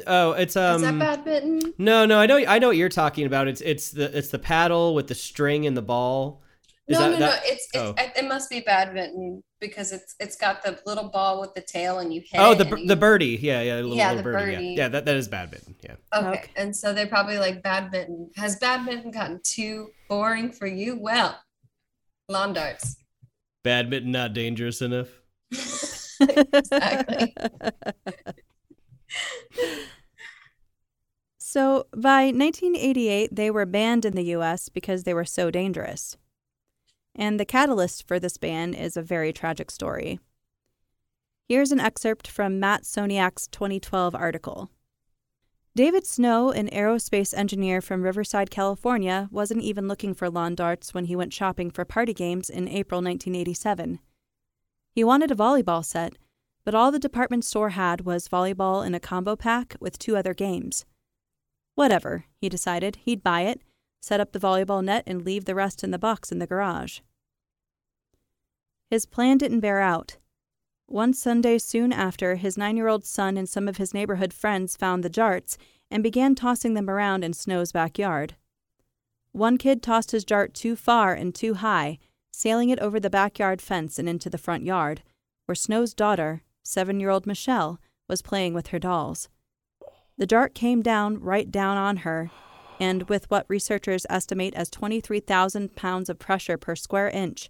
Speaker 1: oh, it's um.
Speaker 2: Is that badminton?
Speaker 1: No, no, I know, I know what you're talking about. It's it's the it's the paddle with the string and the ball. Is
Speaker 2: No,
Speaker 1: that-
Speaker 2: no,
Speaker 1: that-
Speaker 2: no. It's, it's
Speaker 1: oh.
Speaker 2: it, it must be badminton because it's it's got the little ball with the tail and you hit.
Speaker 1: Oh,
Speaker 2: it
Speaker 1: the
Speaker 2: and
Speaker 1: bir-
Speaker 2: you-
Speaker 1: the birdie. Yeah, yeah, the little,
Speaker 2: Yeah,
Speaker 1: little
Speaker 2: the
Speaker 1: birdie.
Speaker 2: birdie.
Speaker 1: Yeah, yeah, that that is badminton. Yeah.
Speaker 2: Okay.
Speaker 3: Okay.
Speaker 2: and so they're probably like badminton. Has badminton gotten too boring for you? Well, lawn darts.
Speaker 1: Badminton not dangerous enough.
Speaker 2: exactly.
Speaker 3: So by 1988, they were banned in the US because they were so dangerous. And the catalyst for this ban is a very tragic story. Here's an excerpt from Matt Soniak's 2012 article. David Snow, an aerospace engineer from Riverside, California, wasn't even looking for lawn darts when he went shopping for party games in April 1987. He wanted a volleyball set, but all the department store had was volleyball in a combo pack with two other games. Whatever, he decided, he'd buy it, set up the volleyball net, and leave the rest in the box in the garage. His plan didn't bear out. One Sunday soon after, his nine year old son and some of his neighborhood friends found the jarts and began tossing them around in Snow's backyard. One kid tossed his dart too far and too high, sailing it over the backyard fence and into the front yard, where Snow's daughter, seven year old Michelle, was playing with her dolls. The dart came down right down on her, and with what researchers estimate as 23,000 pounds of pressure per square inch,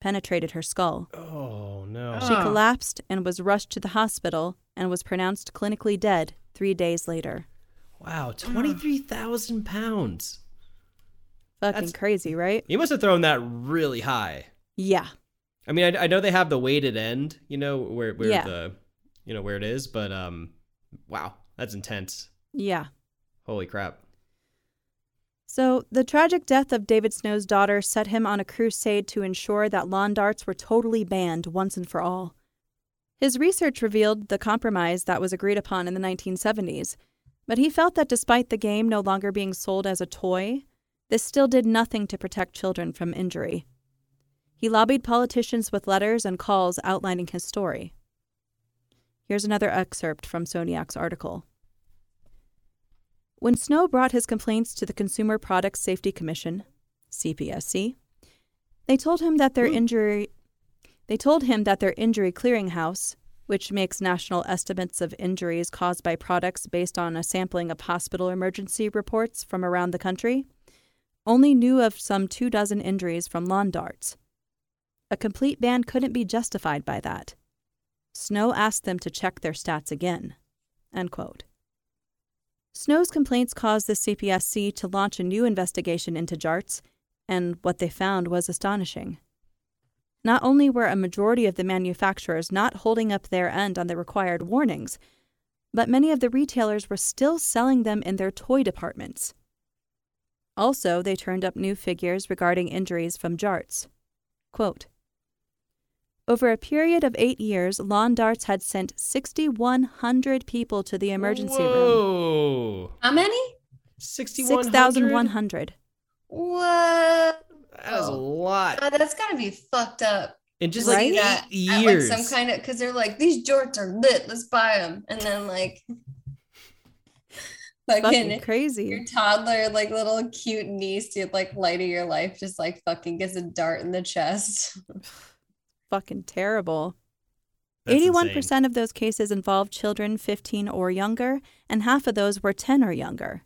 Speaker 3: penetrated her skull.
Speaker 1: Oh no.
Speaker 3: She collapsed and was rushed to the hospital and was pronounced clinically dead three days later.
Speaker 1: Wow, twenty three thousand pounds.
Speaker 3: Fucking
Speaker 1: That's-
Speaker 3: crazy, right?
Speaker 1: You must have thrown that really high.
Speaker 3: Yeah.
Speaker 1: I mean, I, I know they have the weighted end, you know, where where
Speaker 3: Yeah.
Speaker 1: the, you know, where it is, but um, wow, that's intense.
Speaker 3: Yeah.
Speaker 1: Holy crap.
Speaker 3: So, the tragic death of David Snow's daughter set him on a crusade to ensure that lawn darts were totally banned once and for all. His research revealed the compromise that was agreed upon in the 1970s, but he felt that despite the game no longer being sold as a toy, this still did nothing to protect children from injury. He lobbied politicians with letters and calls outlining his story. Here's another excerpt from Soniak's article. When Snow brought his complaints to the Consumer Product Safety Commission, CPSC, they told him that their injury they told him that their injury clearinghouse, which makes national estimates of injuries caused by products based on a sampling of hospital emergency reports from around the country, only knew of some two dozen injuries from lawn darts. A complete ban couldn't be justified by that. Snow asked them to check their stats again. End quote. Snow's complaints caused the CPSC to launch a new investigation into JARTs, and what they found was astonishing. Not only were a majority of the manufacturers not holding up their end on the required warnings, but many of the retailers were still selling them in their toy departments. Also, they turned up new figures regarding injuries from JARTs. Quote, over a period of eight years, lawn darts had sent 6,100 people to the emergency room.
Speaker 1: Whoa.
Speaker 2: How many?
Speaker 1: Sixty one.
Speaker 3: 6,100.
Speaker 2: What?
Speaker 1: That is a
Speaker 2: Oh.
Speaker 1: lot.
Speaker 2: God, that's gotta be fucked up.
Speaker 1: In just
Speaker 3: Right?
Speaker 1: like
Speaker 2: Yeah,
Speaker 1: eight
Speaker 2: At,
Speaker 1: years.
Speaker 2: like some kind of because they're like these jorts are lit. Let's buy them, and then like
Speaker 3: Fucking
Speaker 2: fucking your
Speaker 3: crazy.
Speaker 2: toddler, like little cute niece, you like light of your life, just like fucking gets a dart in the chest.
Speaker 3: Fucking terrible.
Speaker 1: That's insane.
Speaker 3: 81% of those cases involved children 15 or younger, and half of those were 10 or younger.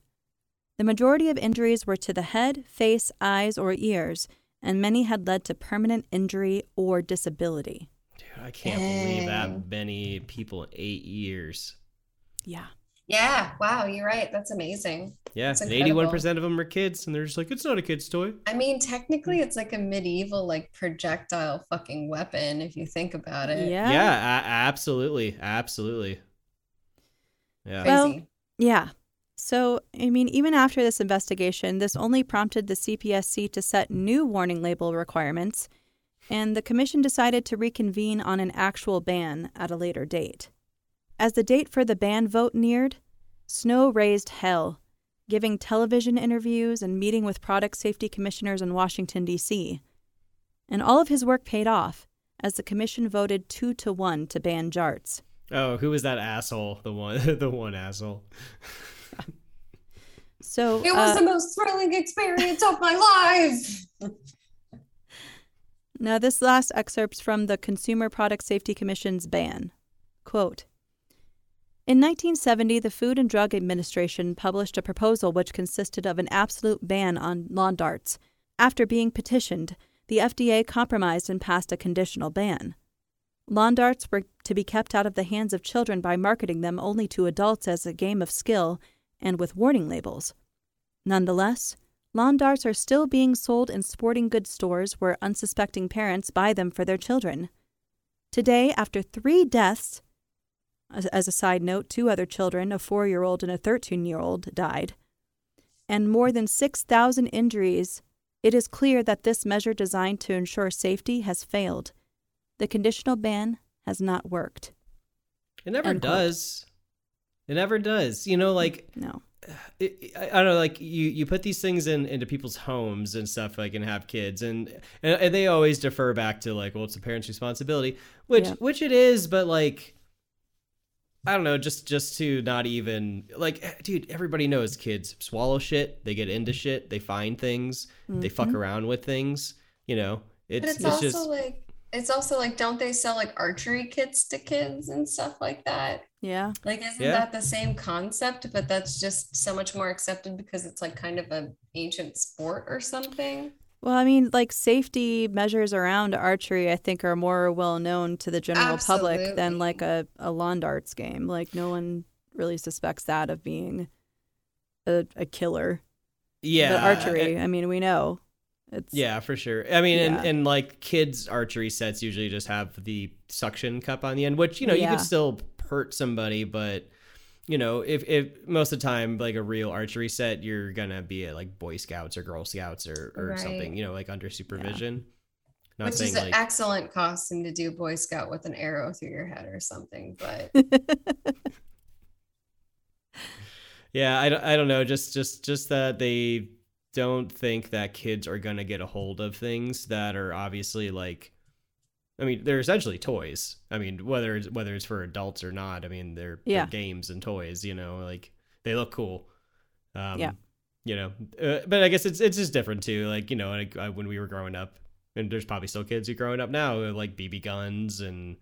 Speaker 3: The majority of injuries were to the head, face, eyes, or ears, and many had led to permanent injury or disability.
Speaker 1: Dude, I can't believe
Speaker 2: Dang.
Speaker 1: that many people in eight years.
Speaker 3: Yeah.
Speaker 2: Yeah, wow, you're right. That's amazing.
Speaker 1: Yeah,
Speaker 2: That's
Speaker 1: and 81% of them are kids, and they're just like, it's not a kid's toy.
Speaker 2: I mean, technically, it's like a medieval like projectile fucking weapon if you think about it.
Speaker 1: Yeah,
Speaker 3: Yeah.
Speaker 1: a- absolutely. Absolutely. Yeah.
Speaker 3: Well,
Speaker 2: Crazy.
Speaker 3: Yeah. So, I mean, even after this investigation, this only prompted the CPSC to set new warning label requirements, and the commission decided to reconvene on an actual ban at a later date. As the date for the ban vote neared, Snow raised hell, giving television interviews and meeting with product safety commissioners in Washington, D.C. And all of his work paid off, as the commission voted two to one to ban jarts.
Speaker 1: Oh, who was that asshole? The one, the one asshole.
Speaker 3: So
Speaker 2: it was
Speaker 3: uh,
Speaker 2: the most thrilling experience of my life.
Speaker 3: Now, this last excerpt's from the Consumer Product Safety Commission's ban. Quote In 1970, the Food and Drug Administration published a proposal which consisted of an absolute ban on lawn darts. After being petitioned, the FDA compromised and passed a conditional ban. Lawn darts were to be kept out of the hands of children by marketing them only to adults as a game of skill and with warning labels. Nonetheless, lawn darts are still being sold in sporting goods stores where unsuspecting parents buy them for their children. Today, after three deaths, as, as a side note, two other children, a four year old and a 13 year old, died, and more than 6,000 injuries, it is clear that this measure designed to ensure safety has failed. The conditional ban has not worked.
Speaker 1: It never
Speaker 3: End quote.
Speaker 1: does. It never does. You know, like
Speaker 3: No.
Speaker 1: it, I, I don't know, like you you put these things in into people's homes and stuff, like and have kids, and and, and they always defer back to like, well, it's the parents' responsibility, which
Speaker 3: Yeah.
Speaker 1: which it is, but like. I don't know, just just to not even like, eh, dude. Everybody knows kids swallow shit. They get into shit. They find things. They fuck around with things. You know, it's
Speaker 2: Mm-hmm.
Speaker 1: it's,
Speaker 2: But it's, also
Speaker 1: just
Speaker 2: like it's also like don't they sell like archery kits to kids and stuff like that?
Speaker 3: Mm-hmm. Yeah.
Speaker 2: Like isn't
Speaker 1: Yeah.
Speaker 2: that the same concept? But that's just so much more accepted because it's like kind of an ancient sport or something.
Speaker 3: Well, I mean, like safety measures around archery, I think, are more well known to the general public than
Speaker 2: Absolutely.
Speaker 3: like a, a lawn darts game. Like, no one really suspects that of being a, a killer.
Speaker 1: yeah.
Speaker 3: But archery, I mean, we know. It's,
Speaker 1: Yeah, for sure. I mean, and,
Speaker 3: Yeah.
Speaker 1: and like kids' archery sets usually just have the suction cup on the end, which you know you
Speaker 3: Yeah.
Speaker 1: could still hurt somebody, but you know if if most of the time like a real archery set, you're gonna be at like Boy Scouts or Girl Scouts or or
Speaker 2: Right.
Speaker 1: something, you know, like under supervision. Not
Speaker 2: Which
Speaker 1: saying
Speaker 2: is an
Speaker 1: like
Speaker 2: excellent costume to do Boy Scout with an arrow through your head or something. But
Speaker 1: yeah, I don't I don't know, just just just that they don't think that kids are gonna get a hold of things that are obviously like I mean, they're essentially toys. I mean, whether it's whether it's for adults or not, I mean, they're, they're
Speaker 3: Yeah.
Speaker 1: games and toys. You know, like they look cool. Um,
Speaker 3: Yeah.
Speaker 1: You know, uh, but I guess it's it's just different too. Like you know, like, uh, when we were growing up, and there's probably still kids who growing up now who like BB guns and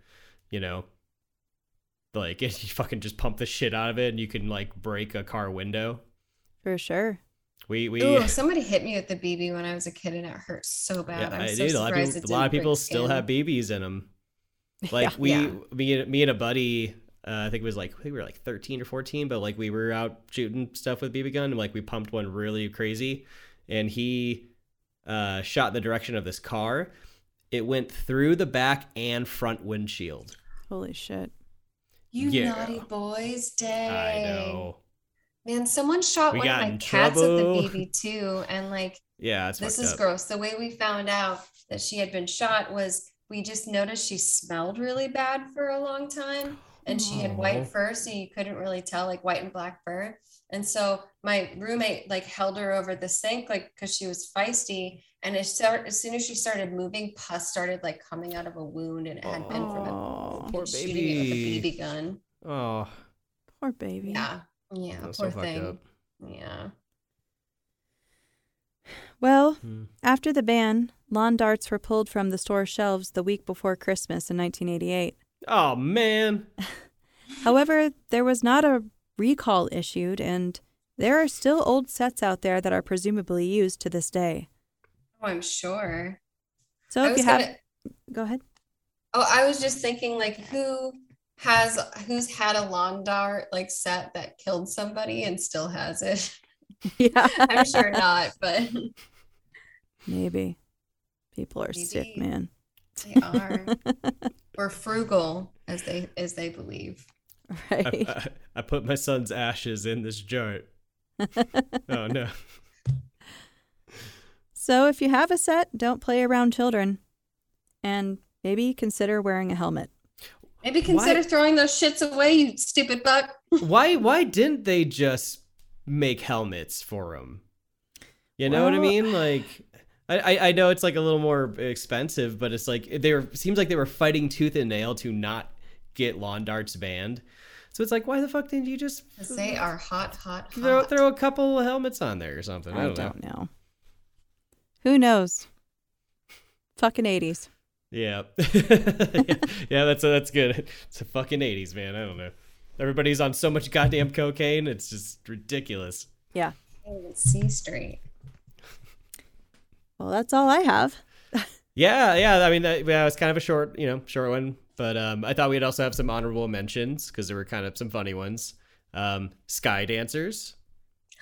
Speaker 1: you know, like you fucking just pump the shit out of it and you can like break a car window.
Speaker 3: for sure.
Speaker 1: We we
Speaker 2: ooh, somebody hit me with the BB when I was a kid and it hurt so bad. I'm
Speaker 1: I-
Speaker 2: so
Speaker 1: dude, a lot of
Speaker 2: surprised
Speaker 1: people,
Speaker 2: it
Speaker 1: a lot of
Speaker 2: didn't
Speaker 1: people
Speaker 2: break
Speaker 1: still
Speaker 2: skin.
Speaker 1: have BBs in them. Like
Speaker 3: Yeah.
Speaker 1: we,
Speaker 2: Yeah.
Speaker 1: me, and- me and a buddy, uh, I think it was like I think we were like 13 or 14, but like we were out shooting stuff with BB gun, and like we pumped one really crazy, and he uh, shot the direction of this car. It went through the back and front windshield.
Speaker 3: Holy shit.
Speaker 2: You
Speaker 1: Yeah.
Speaker 2: naughty boys,
Speaker 1: I
Speaker 2: day.
Speaker 1: know.
Speaker 2: Man, someone shot
Speaker 1: We
Speaker 2: one
Speaker 1: got
Speaker 2: of my
Speaker 1: in
Speaker 2: cats
Speaker 1: trouble.
Speaker 2: with the BB too, and like
Speaker 1: Yeah, it's
Speaker 2: this
Speaker 1: fucked
Speaker 2: is
Speaker 1: up.
Speaker 2: gross. The way we found out that she had been shot was we just noticed she smelled really bad for a long time. and she had
Speaker 1: Aw.
Speaker 2: white fur so you couldn't really tell like white and black fur and so my roommate like held her over the sink like because she was feisty and it start, as soon as she started moving pus started like coming out of a wound and it had been from a
Speaker 3: Oh,
Speaker 1: Poor
Speaker 2: shooting it with
Speaker 1: baby.
Speaker 2: a BB gun
Speaker 1: Oh,
Speaker 3: poor baby.
Speaker 2: yeah yeah
Speaker 1: that's
Speaker 2: poor
Speaker 1: so fucked
Speaker 2: thing
Speaker 1: up.
Speaker 2: yeah
Speaker 3: Well,
Speaker 1: Hmm.
Speaker 3: after the ban, lawn darts were pulled from the store shelves the week before Christmas in 1988.
Speaker 1: Oh man.
Speaker 3: However, there was not a recall issued, and there are still old sets out there that are presumably used to this day.
Speaker 2: oh i'm sure
Speaker 3: So
Speaker 2: I
Speaker 3: if
Speaker 2: was
Speaker 3: you have,
Speaker 2: gonna-
Speaker 3: go ahead.
Speaker 2: Oh, I was just thinking like who has who's had a lawn dart like set that killed somebody and still has it?
Speaker 3: yeah,
Speaker 2: I'm sure not, but
Speaker 3: Maybe people are sick,
Speaker 2: Maybe.
Speaker 3: man.
Speaker 2: they are. We're frugal as they as they believe.
Speaker 3: Right?
Speaker 1: I, I, I put my son's ashes in this jar. oh no.
Speaker 3: so if you have a set, don't play around children, and maybe consider wearing a helmet.
Speaker 2: Maybe consider
Speaker 1: Why-
Speaker 2: throwing those shits away, you stupid buck.
Speaker 1: Why why didn't they just make helmets for him? You know what I
Speaker 3: Well-
Speaker 1: mean? Like I, I- I know it's like a little more expensive, but it's like they were seems like they were fighting tooth and nail to not get lawn darts banned. So it's like why the fuck didn't you just
Speaker 2: 'Cause They are hot, hot,
Speaker 1: throw
Speaker 2: hot.
Speaker 1: throw a couple of helmets on there or something? I
Speaker 3: I
Speaker 1: don't, know.
Speaker 3: don't know. Who knows? Fucking eighties.
Speaker 1: Yeah. yeah, that's that's good. It's a fucking 80s, man. I don't know. Everybody's on so much goddamn cocaine, it's just ridiculous.
Speaker 3: Yeah.
Speaker 2: Can't even see straight.
Speaker 3: Well, that's all I have.
Speaker 1: Yeah, yeah. I mean, that, yeah, it was kind of a short, you know, short one, but um, I thought we'd also have some honorable mentions because there were kind of some funny ones. Um, Sky Dancers.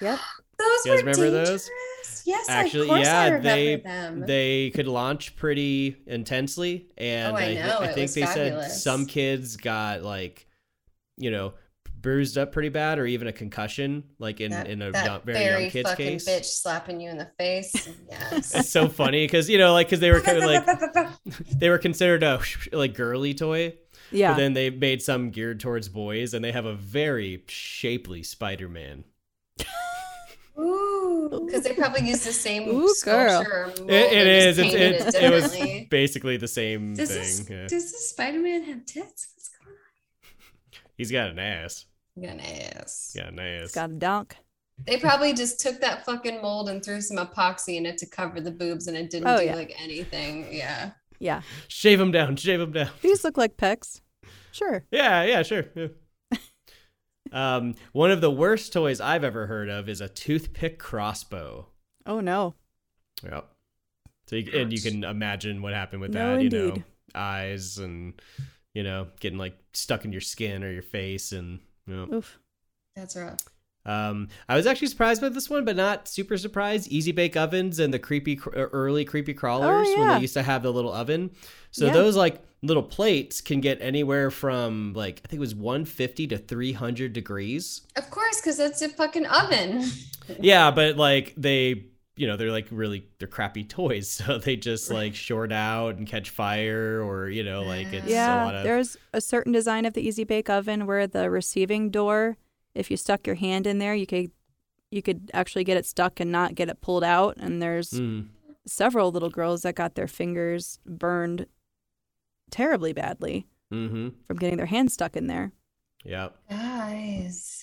Speaker 3: Yep.
Speaker 2: Those
Speaker 1: You guys
Speaker 2: were
Speaker 1: remember those?
Speaker 2: dangerous. Yes,
Speaker 1: Actually,
Speaker 2: of course
Speaker 1: yeah,
Speaker 2: I remember
Speaker 1: they
Speaker 2: them.
Speaker 1: they could launch pretty intensely, and
Speaker 2: Oh, I
Speaker 1: thi-
Speaker 2: know,
Speaker 1: I
Speaker 2: it
Speaker 1: think
Speaker 2: was
Speaker 1: they said
Speaker 2: fabulous.
Speaker 1: some kids got like, you know, bruised up pretty bad, or even a concussion, like in
Speaker 2: that,
Speaker 1: in a
Speaker 2: that
Speaker 1: young, very, young kid's
Speaker 2: fucking
Speaker 1: case.
Speaker 2: bitch slapping you in the face. Yes.
Speaker 1: It's so funny because you know, like, because they were kind of like they were considered a like girly toy,
Speaker 3: Yeah.
Speaker 1: But then they made some geared towards boys, and they have a very shapely Spider Man.
Speaker 2: Ooh, because they probably used the same
Speaker 3: Ooh, girl.
Speaker 2: sculpture. Or mold,
Speaker 1: It, it
Speaker 2: they
Speaker 1: is.
Speaker 2: just
Speaker 1: It's,
Speaker 2: painted
Speaker 1: it,
Speaker 2: it,
Speaker 1: it was
Speaker 2: differently.
Speaker 1: basically the same
Speaker 2: Does
Speaker 1: thing.
Speaker 2: this
Speaker 1: yeah.
Speaker 2: does this Spider Man have tits? What's going
Speaker 1: He's got an ass.
Speaker 2: on? He got an ass.
Speaker 1: Yeah, an ass.
Speaker 3: Got a donk.
Speaker 2: They probably just took that fucking mold and threw some epoxy in it to cover the boobs, and it didn't
Speaker 3: Oh,
Speaker 2: do
Speaker 3: yeah.
Speaker 2: like anything. Yeah.
Speaker 3: Yeah.
Speaker 1: Shave him down. Shave him down.
Speaker 3: These look like pecs. Sure.
Speaker 1: Yeah, yeah, sure. yeah. um, one of the worst toys I've ever heard of is a toothpick crossbow.
Speaker 3: Oh no.
Speaker 1: Yep. So you, and you can imagine what happened with
Speaker 3: No,
Speaker 1: that, you know,
Speaker 3: indeed.
Speaker 1: eyes and you know getting like stuck in your skin or your face and you know.
Speaker 3: Oof.
Speaker 2: That's rough.
Speaker 1: Um, I was actually surprised by this one, but not super surprised. Easy Bake Ovens and the creepy cr- er, early creepy crawlers when
Speaker 3: Oh, yeah.
Speaker 1: they used to have the little oven. So
Speaker 3: Yeah.
Speaker 1: those like little plates can get anywhere from like I think it was 150 to 300 degrees.
Speaker 2: Of course, because that's a fucking oven.
Speaker 1: Yeah, but like they, you know, they're like really they're crappy toys, so they just like short out and catch fire or you know like it's a lot
Speaker 3: Yeah.
Speaker 1: of
Speaker 3: There's a certain design of the Easy Bake Oven where the receiving door, if you stuck your hand in there, you could you could actually get it stuck and not get it pulled out. And there's
Speaker 1: Mm.
Speaker 3: several little girls that got their fingers burned terribly badly
Speaker 1: Mhm.
Speaker 3: from getting their hands stuck in there.
Speaker 1: Yeah.
Speaker 2: Guys.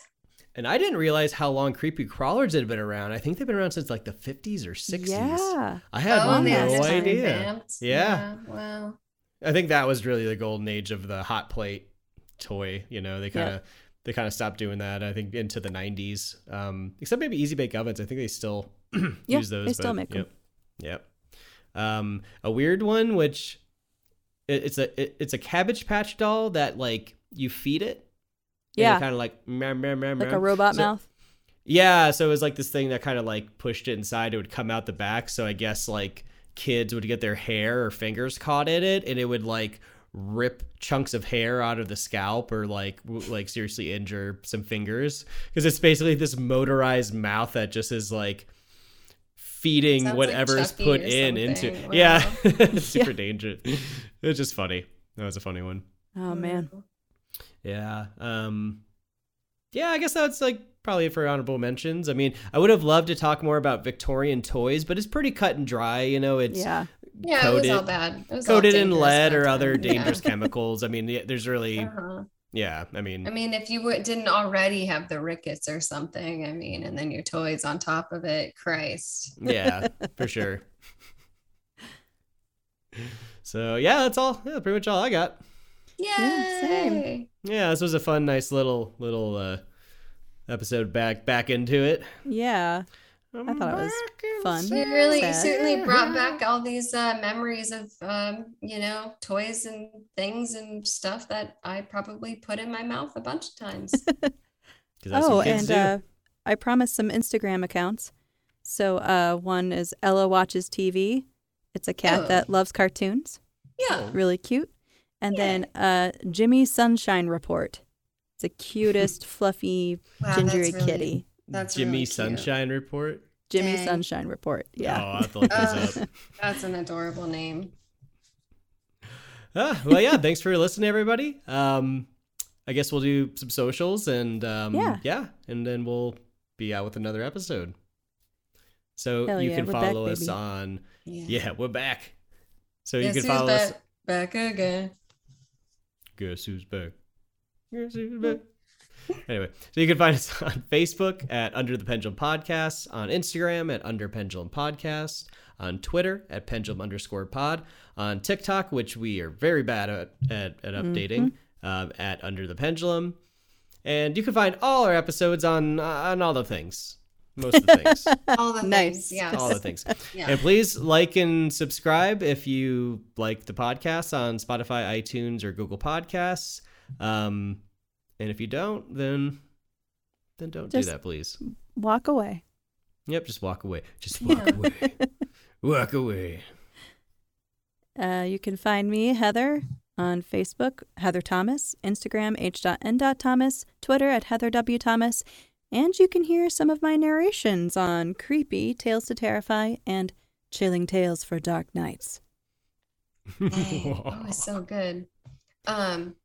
Speaker 1: And I didn't realize how long creepy crawlers had been around. I think they've been around since like the 50s or 60s.
Speaker 3: Yeah.
Speaker 1: I had
Speaker 3: Oh, and they had
Speaker 1: no
Speaker 3: to
Speaker 1: idea.
Speaker 2: revamped.
Speaker 1: Yeah.
Speaker 2: yeah. Wow.
Speaker 1: I think that was really the golden age of the hot plate toy. You know, they kind of they kind of stopped doing that. I think into the '90s, um, except maybe Easy Bake Ovens. I think they still
Speaker 3: Yeah,
Speaker 1: use those.
Speaker 3: they still make 'em.
Speaker 1: yep. Yep. Um, a weird one, which it, it's a it, it's a Cabbage Patch doll that like you feed it.
Speaker 3: Yeah.
Speaker 1: Kind of like meow, meow, meow,
Speaker 3: Like
Speaker 1: meow.
Speaker 3: a robot
Speaker 1: So-
Speaker 3: mouth.
Speaker 1: yeah, so it was like this thing that kind of like pushed it inside. It would come out the back. So I guess like kids would get their hair or fingers caught in it, and it would like rip chunks of hair out of the scalp or like w- like seriously injure some fingers because it's basically this motorized mouth that just is like feeding
Speaker 2: Sounds like
Speaker 1: whatever's
Speaker 2: Chucky
Speaker 1: put
Speaker 2: or
Speaker 1: in into
Speaker 2: something.
Speaker 1: yeah
Speaker 2: Wow.
Speaker 1: it's super dangerous it's just funny that was a funny one
Speaker 3: Oh man.
Speaker 2: Ooh.
Speaker 1: Yeah. Um Yeah, I guess that's like probably it for honorable mentions. I mean, I would have loved to talk more about Victorian toys, but it's pretty cut and dry, you know, it's
Speaker 3: yeah.
Speaker 2: Yeah,
Speaker 1: coated,
Speaker 2: it was all bad. It was all
Speaker 1: coated in
Speaker 2: dangerous
Speaker 1: lead
Speaker 2: back
Speaker 1: or
Speaker 2: then.
Speaker 1: other
Speaker 2: Yeah.
Speaker 1: dangerous chemicals. I mean, yeah, there's really
Speaker 2: Uh-huh.
Speaker 1: yeah, I mean
Speaker 3: Mm.
Speaker 2: I mean, if you w- didn't already have the rickets or something, I mean, and then your toys on top of it, Christ.
Speaker 1: yeah, for sure. So yeah, that's all. Yeah, pretty much all I got.
Speaker 2: Yay!
Speaker 3: Yeah, same.
Speaker 1: Yeah, this was a fun, nice little little uh, episode back back into it.
Speaker 3: Yeah. I thought it was fun.
Speaker 2: You really, you
Speaker 3: Sad.
Speaker 2: certainly brought back all these uh, memories of, um, you know, toys and things and stuff that I probably put in my mouth a bunch of times.
Speaker 1: 'Cause that's
Speaker 3: Oh,
Speaker 1: what kids
Speaker 3: and
Speaker 1: do.
Speaker 3: uh, I promised some Instagram accounts. So uh, one is Ella Watches TV. It's a cat
Speaker 2: Oh.
Speaker 3: that loves cartoons.
Speaker 2: yeah.
Speaker 3: Really cute. And then uh, Jimmy Sunshine Report. It's the cutest, fluffy,
Speaker 2: Wow,
Speaker 3: gingery
Speaker 2: Ah, that's really-
Speaker 3: kitty.
Speaker 2: That's
Speaker 1: Jimmy
Speaker 2: really cute.
Speaker 1: Sunshine Report.
Speaker 3: Jimmy
Speaker 2: Dang.
Speaker 3: Sunshine Report.
Speaker 1: Oh,
Speaker 3: Yeah.
Speaker 1: I'll have to look those
Speaker 2: Oh.
Speaker 1: up.
Speaker 2: That's an adorable name.
Speaker 1: Ah, well, yeah. Thanks for listening, everybody. Um, I guess we'll do some socials and um,
Speaker 3: Yeah.
Speaker 1: and then we'll be out with another episode. So
Speaker 3: Hell
Speaker 1: you
Speaker 3: yeah,
Speaker 1: can
Speaker 3: we're back,
Speaker 1: follow us
Speaker 3: baby.
Speaker 1: on. Yeah, we're back. So
Speaker 2: Guess
Speaker 1: you
Speaker 2: who's
Speaker 1: can follow us.
Speaker 2: back, back again.
Speaker 1: Guess who's back? Guess who's back? anyway, so you can find us on Facebook at Under the Pendulum Podcast, on Instagram at Under Pendulum Podcast, on Twitter at Pendulum underscore pod, on TikTok, which we are very bad at, at, at updating, um, at Under the Pendulum. And you can find all our episodes on on all the things. Most of the things.
Speaker 2: All the
Speaker 3: Nice.
Speaker 2: things. Yes.
Speaker 1: all the things.
Speaker 2: Yeah.
Speaker 1: And please like and subscribe if you like the podcast on Spotify, iTunes, or Google Podcasts. Um, and if you don't, then then don't
Speaker 3: Just-
Speaker 1: do that, please.
Speaker 3: Walk away.
Speaker 1: Yep, just walk away. Just walk away. Walk away.
Speaker 3: Uh, you can find me, Heather, on Facebook, Heather Thomas, Instagram, h.n.thomas, Twitter at Heather W. Thomas, and you can hear some of my narrations on Creepy, Tales to Terrify, and Chilling Tales for Dark Nights.
Speaker 2: Dang. Oh, it's so good. Um,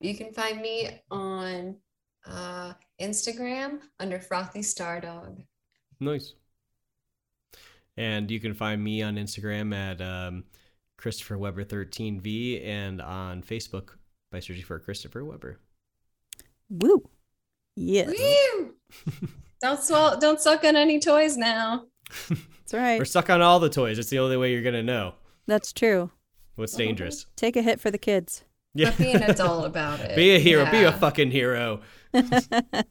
Speaker 2: you can find me on uh, Instagram under Frothy Stardog.
Speaker 1: nice. And you can find me on Instagram at um, Christopher Weber 13V and on Facebook by searching for Christopher Weber.
Speaker 3: Woo! Yes.
Speaker 2: Woo! don't swallow, don't suck on any toys now.
Speaker 3: That's right.
Speaker 1: Or suck on all the toys. It's the only way you're gonna know
Speaker 3: That's true.
Speaker 1: what's dangerous.
Speaker 3: Take a hit for the kids.
Speaker 1: Yeah.
Speaker 2: But be an adult about it.
Speaker 1: Be a hero. Be a
Speaker 2: Yeah.
Speaker 1: fucking hero.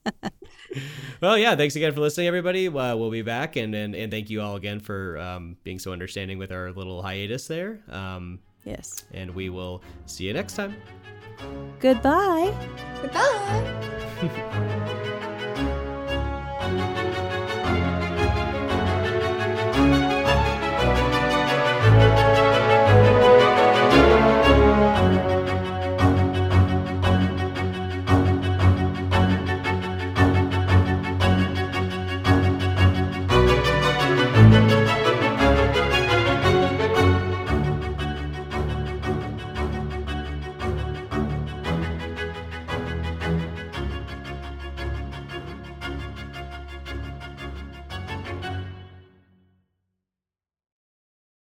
Speaker 1: well, yeah. Thanks again for listening, everybody. Uh, we'll be back, and, and and thank you all again for um, being so understanding with our little hiatus there. Um,
Speaker 3: Yes.
Speaker 1: and we will see you next time.
Speaker 3: Goodbye.
Speaker 2: Goodbye.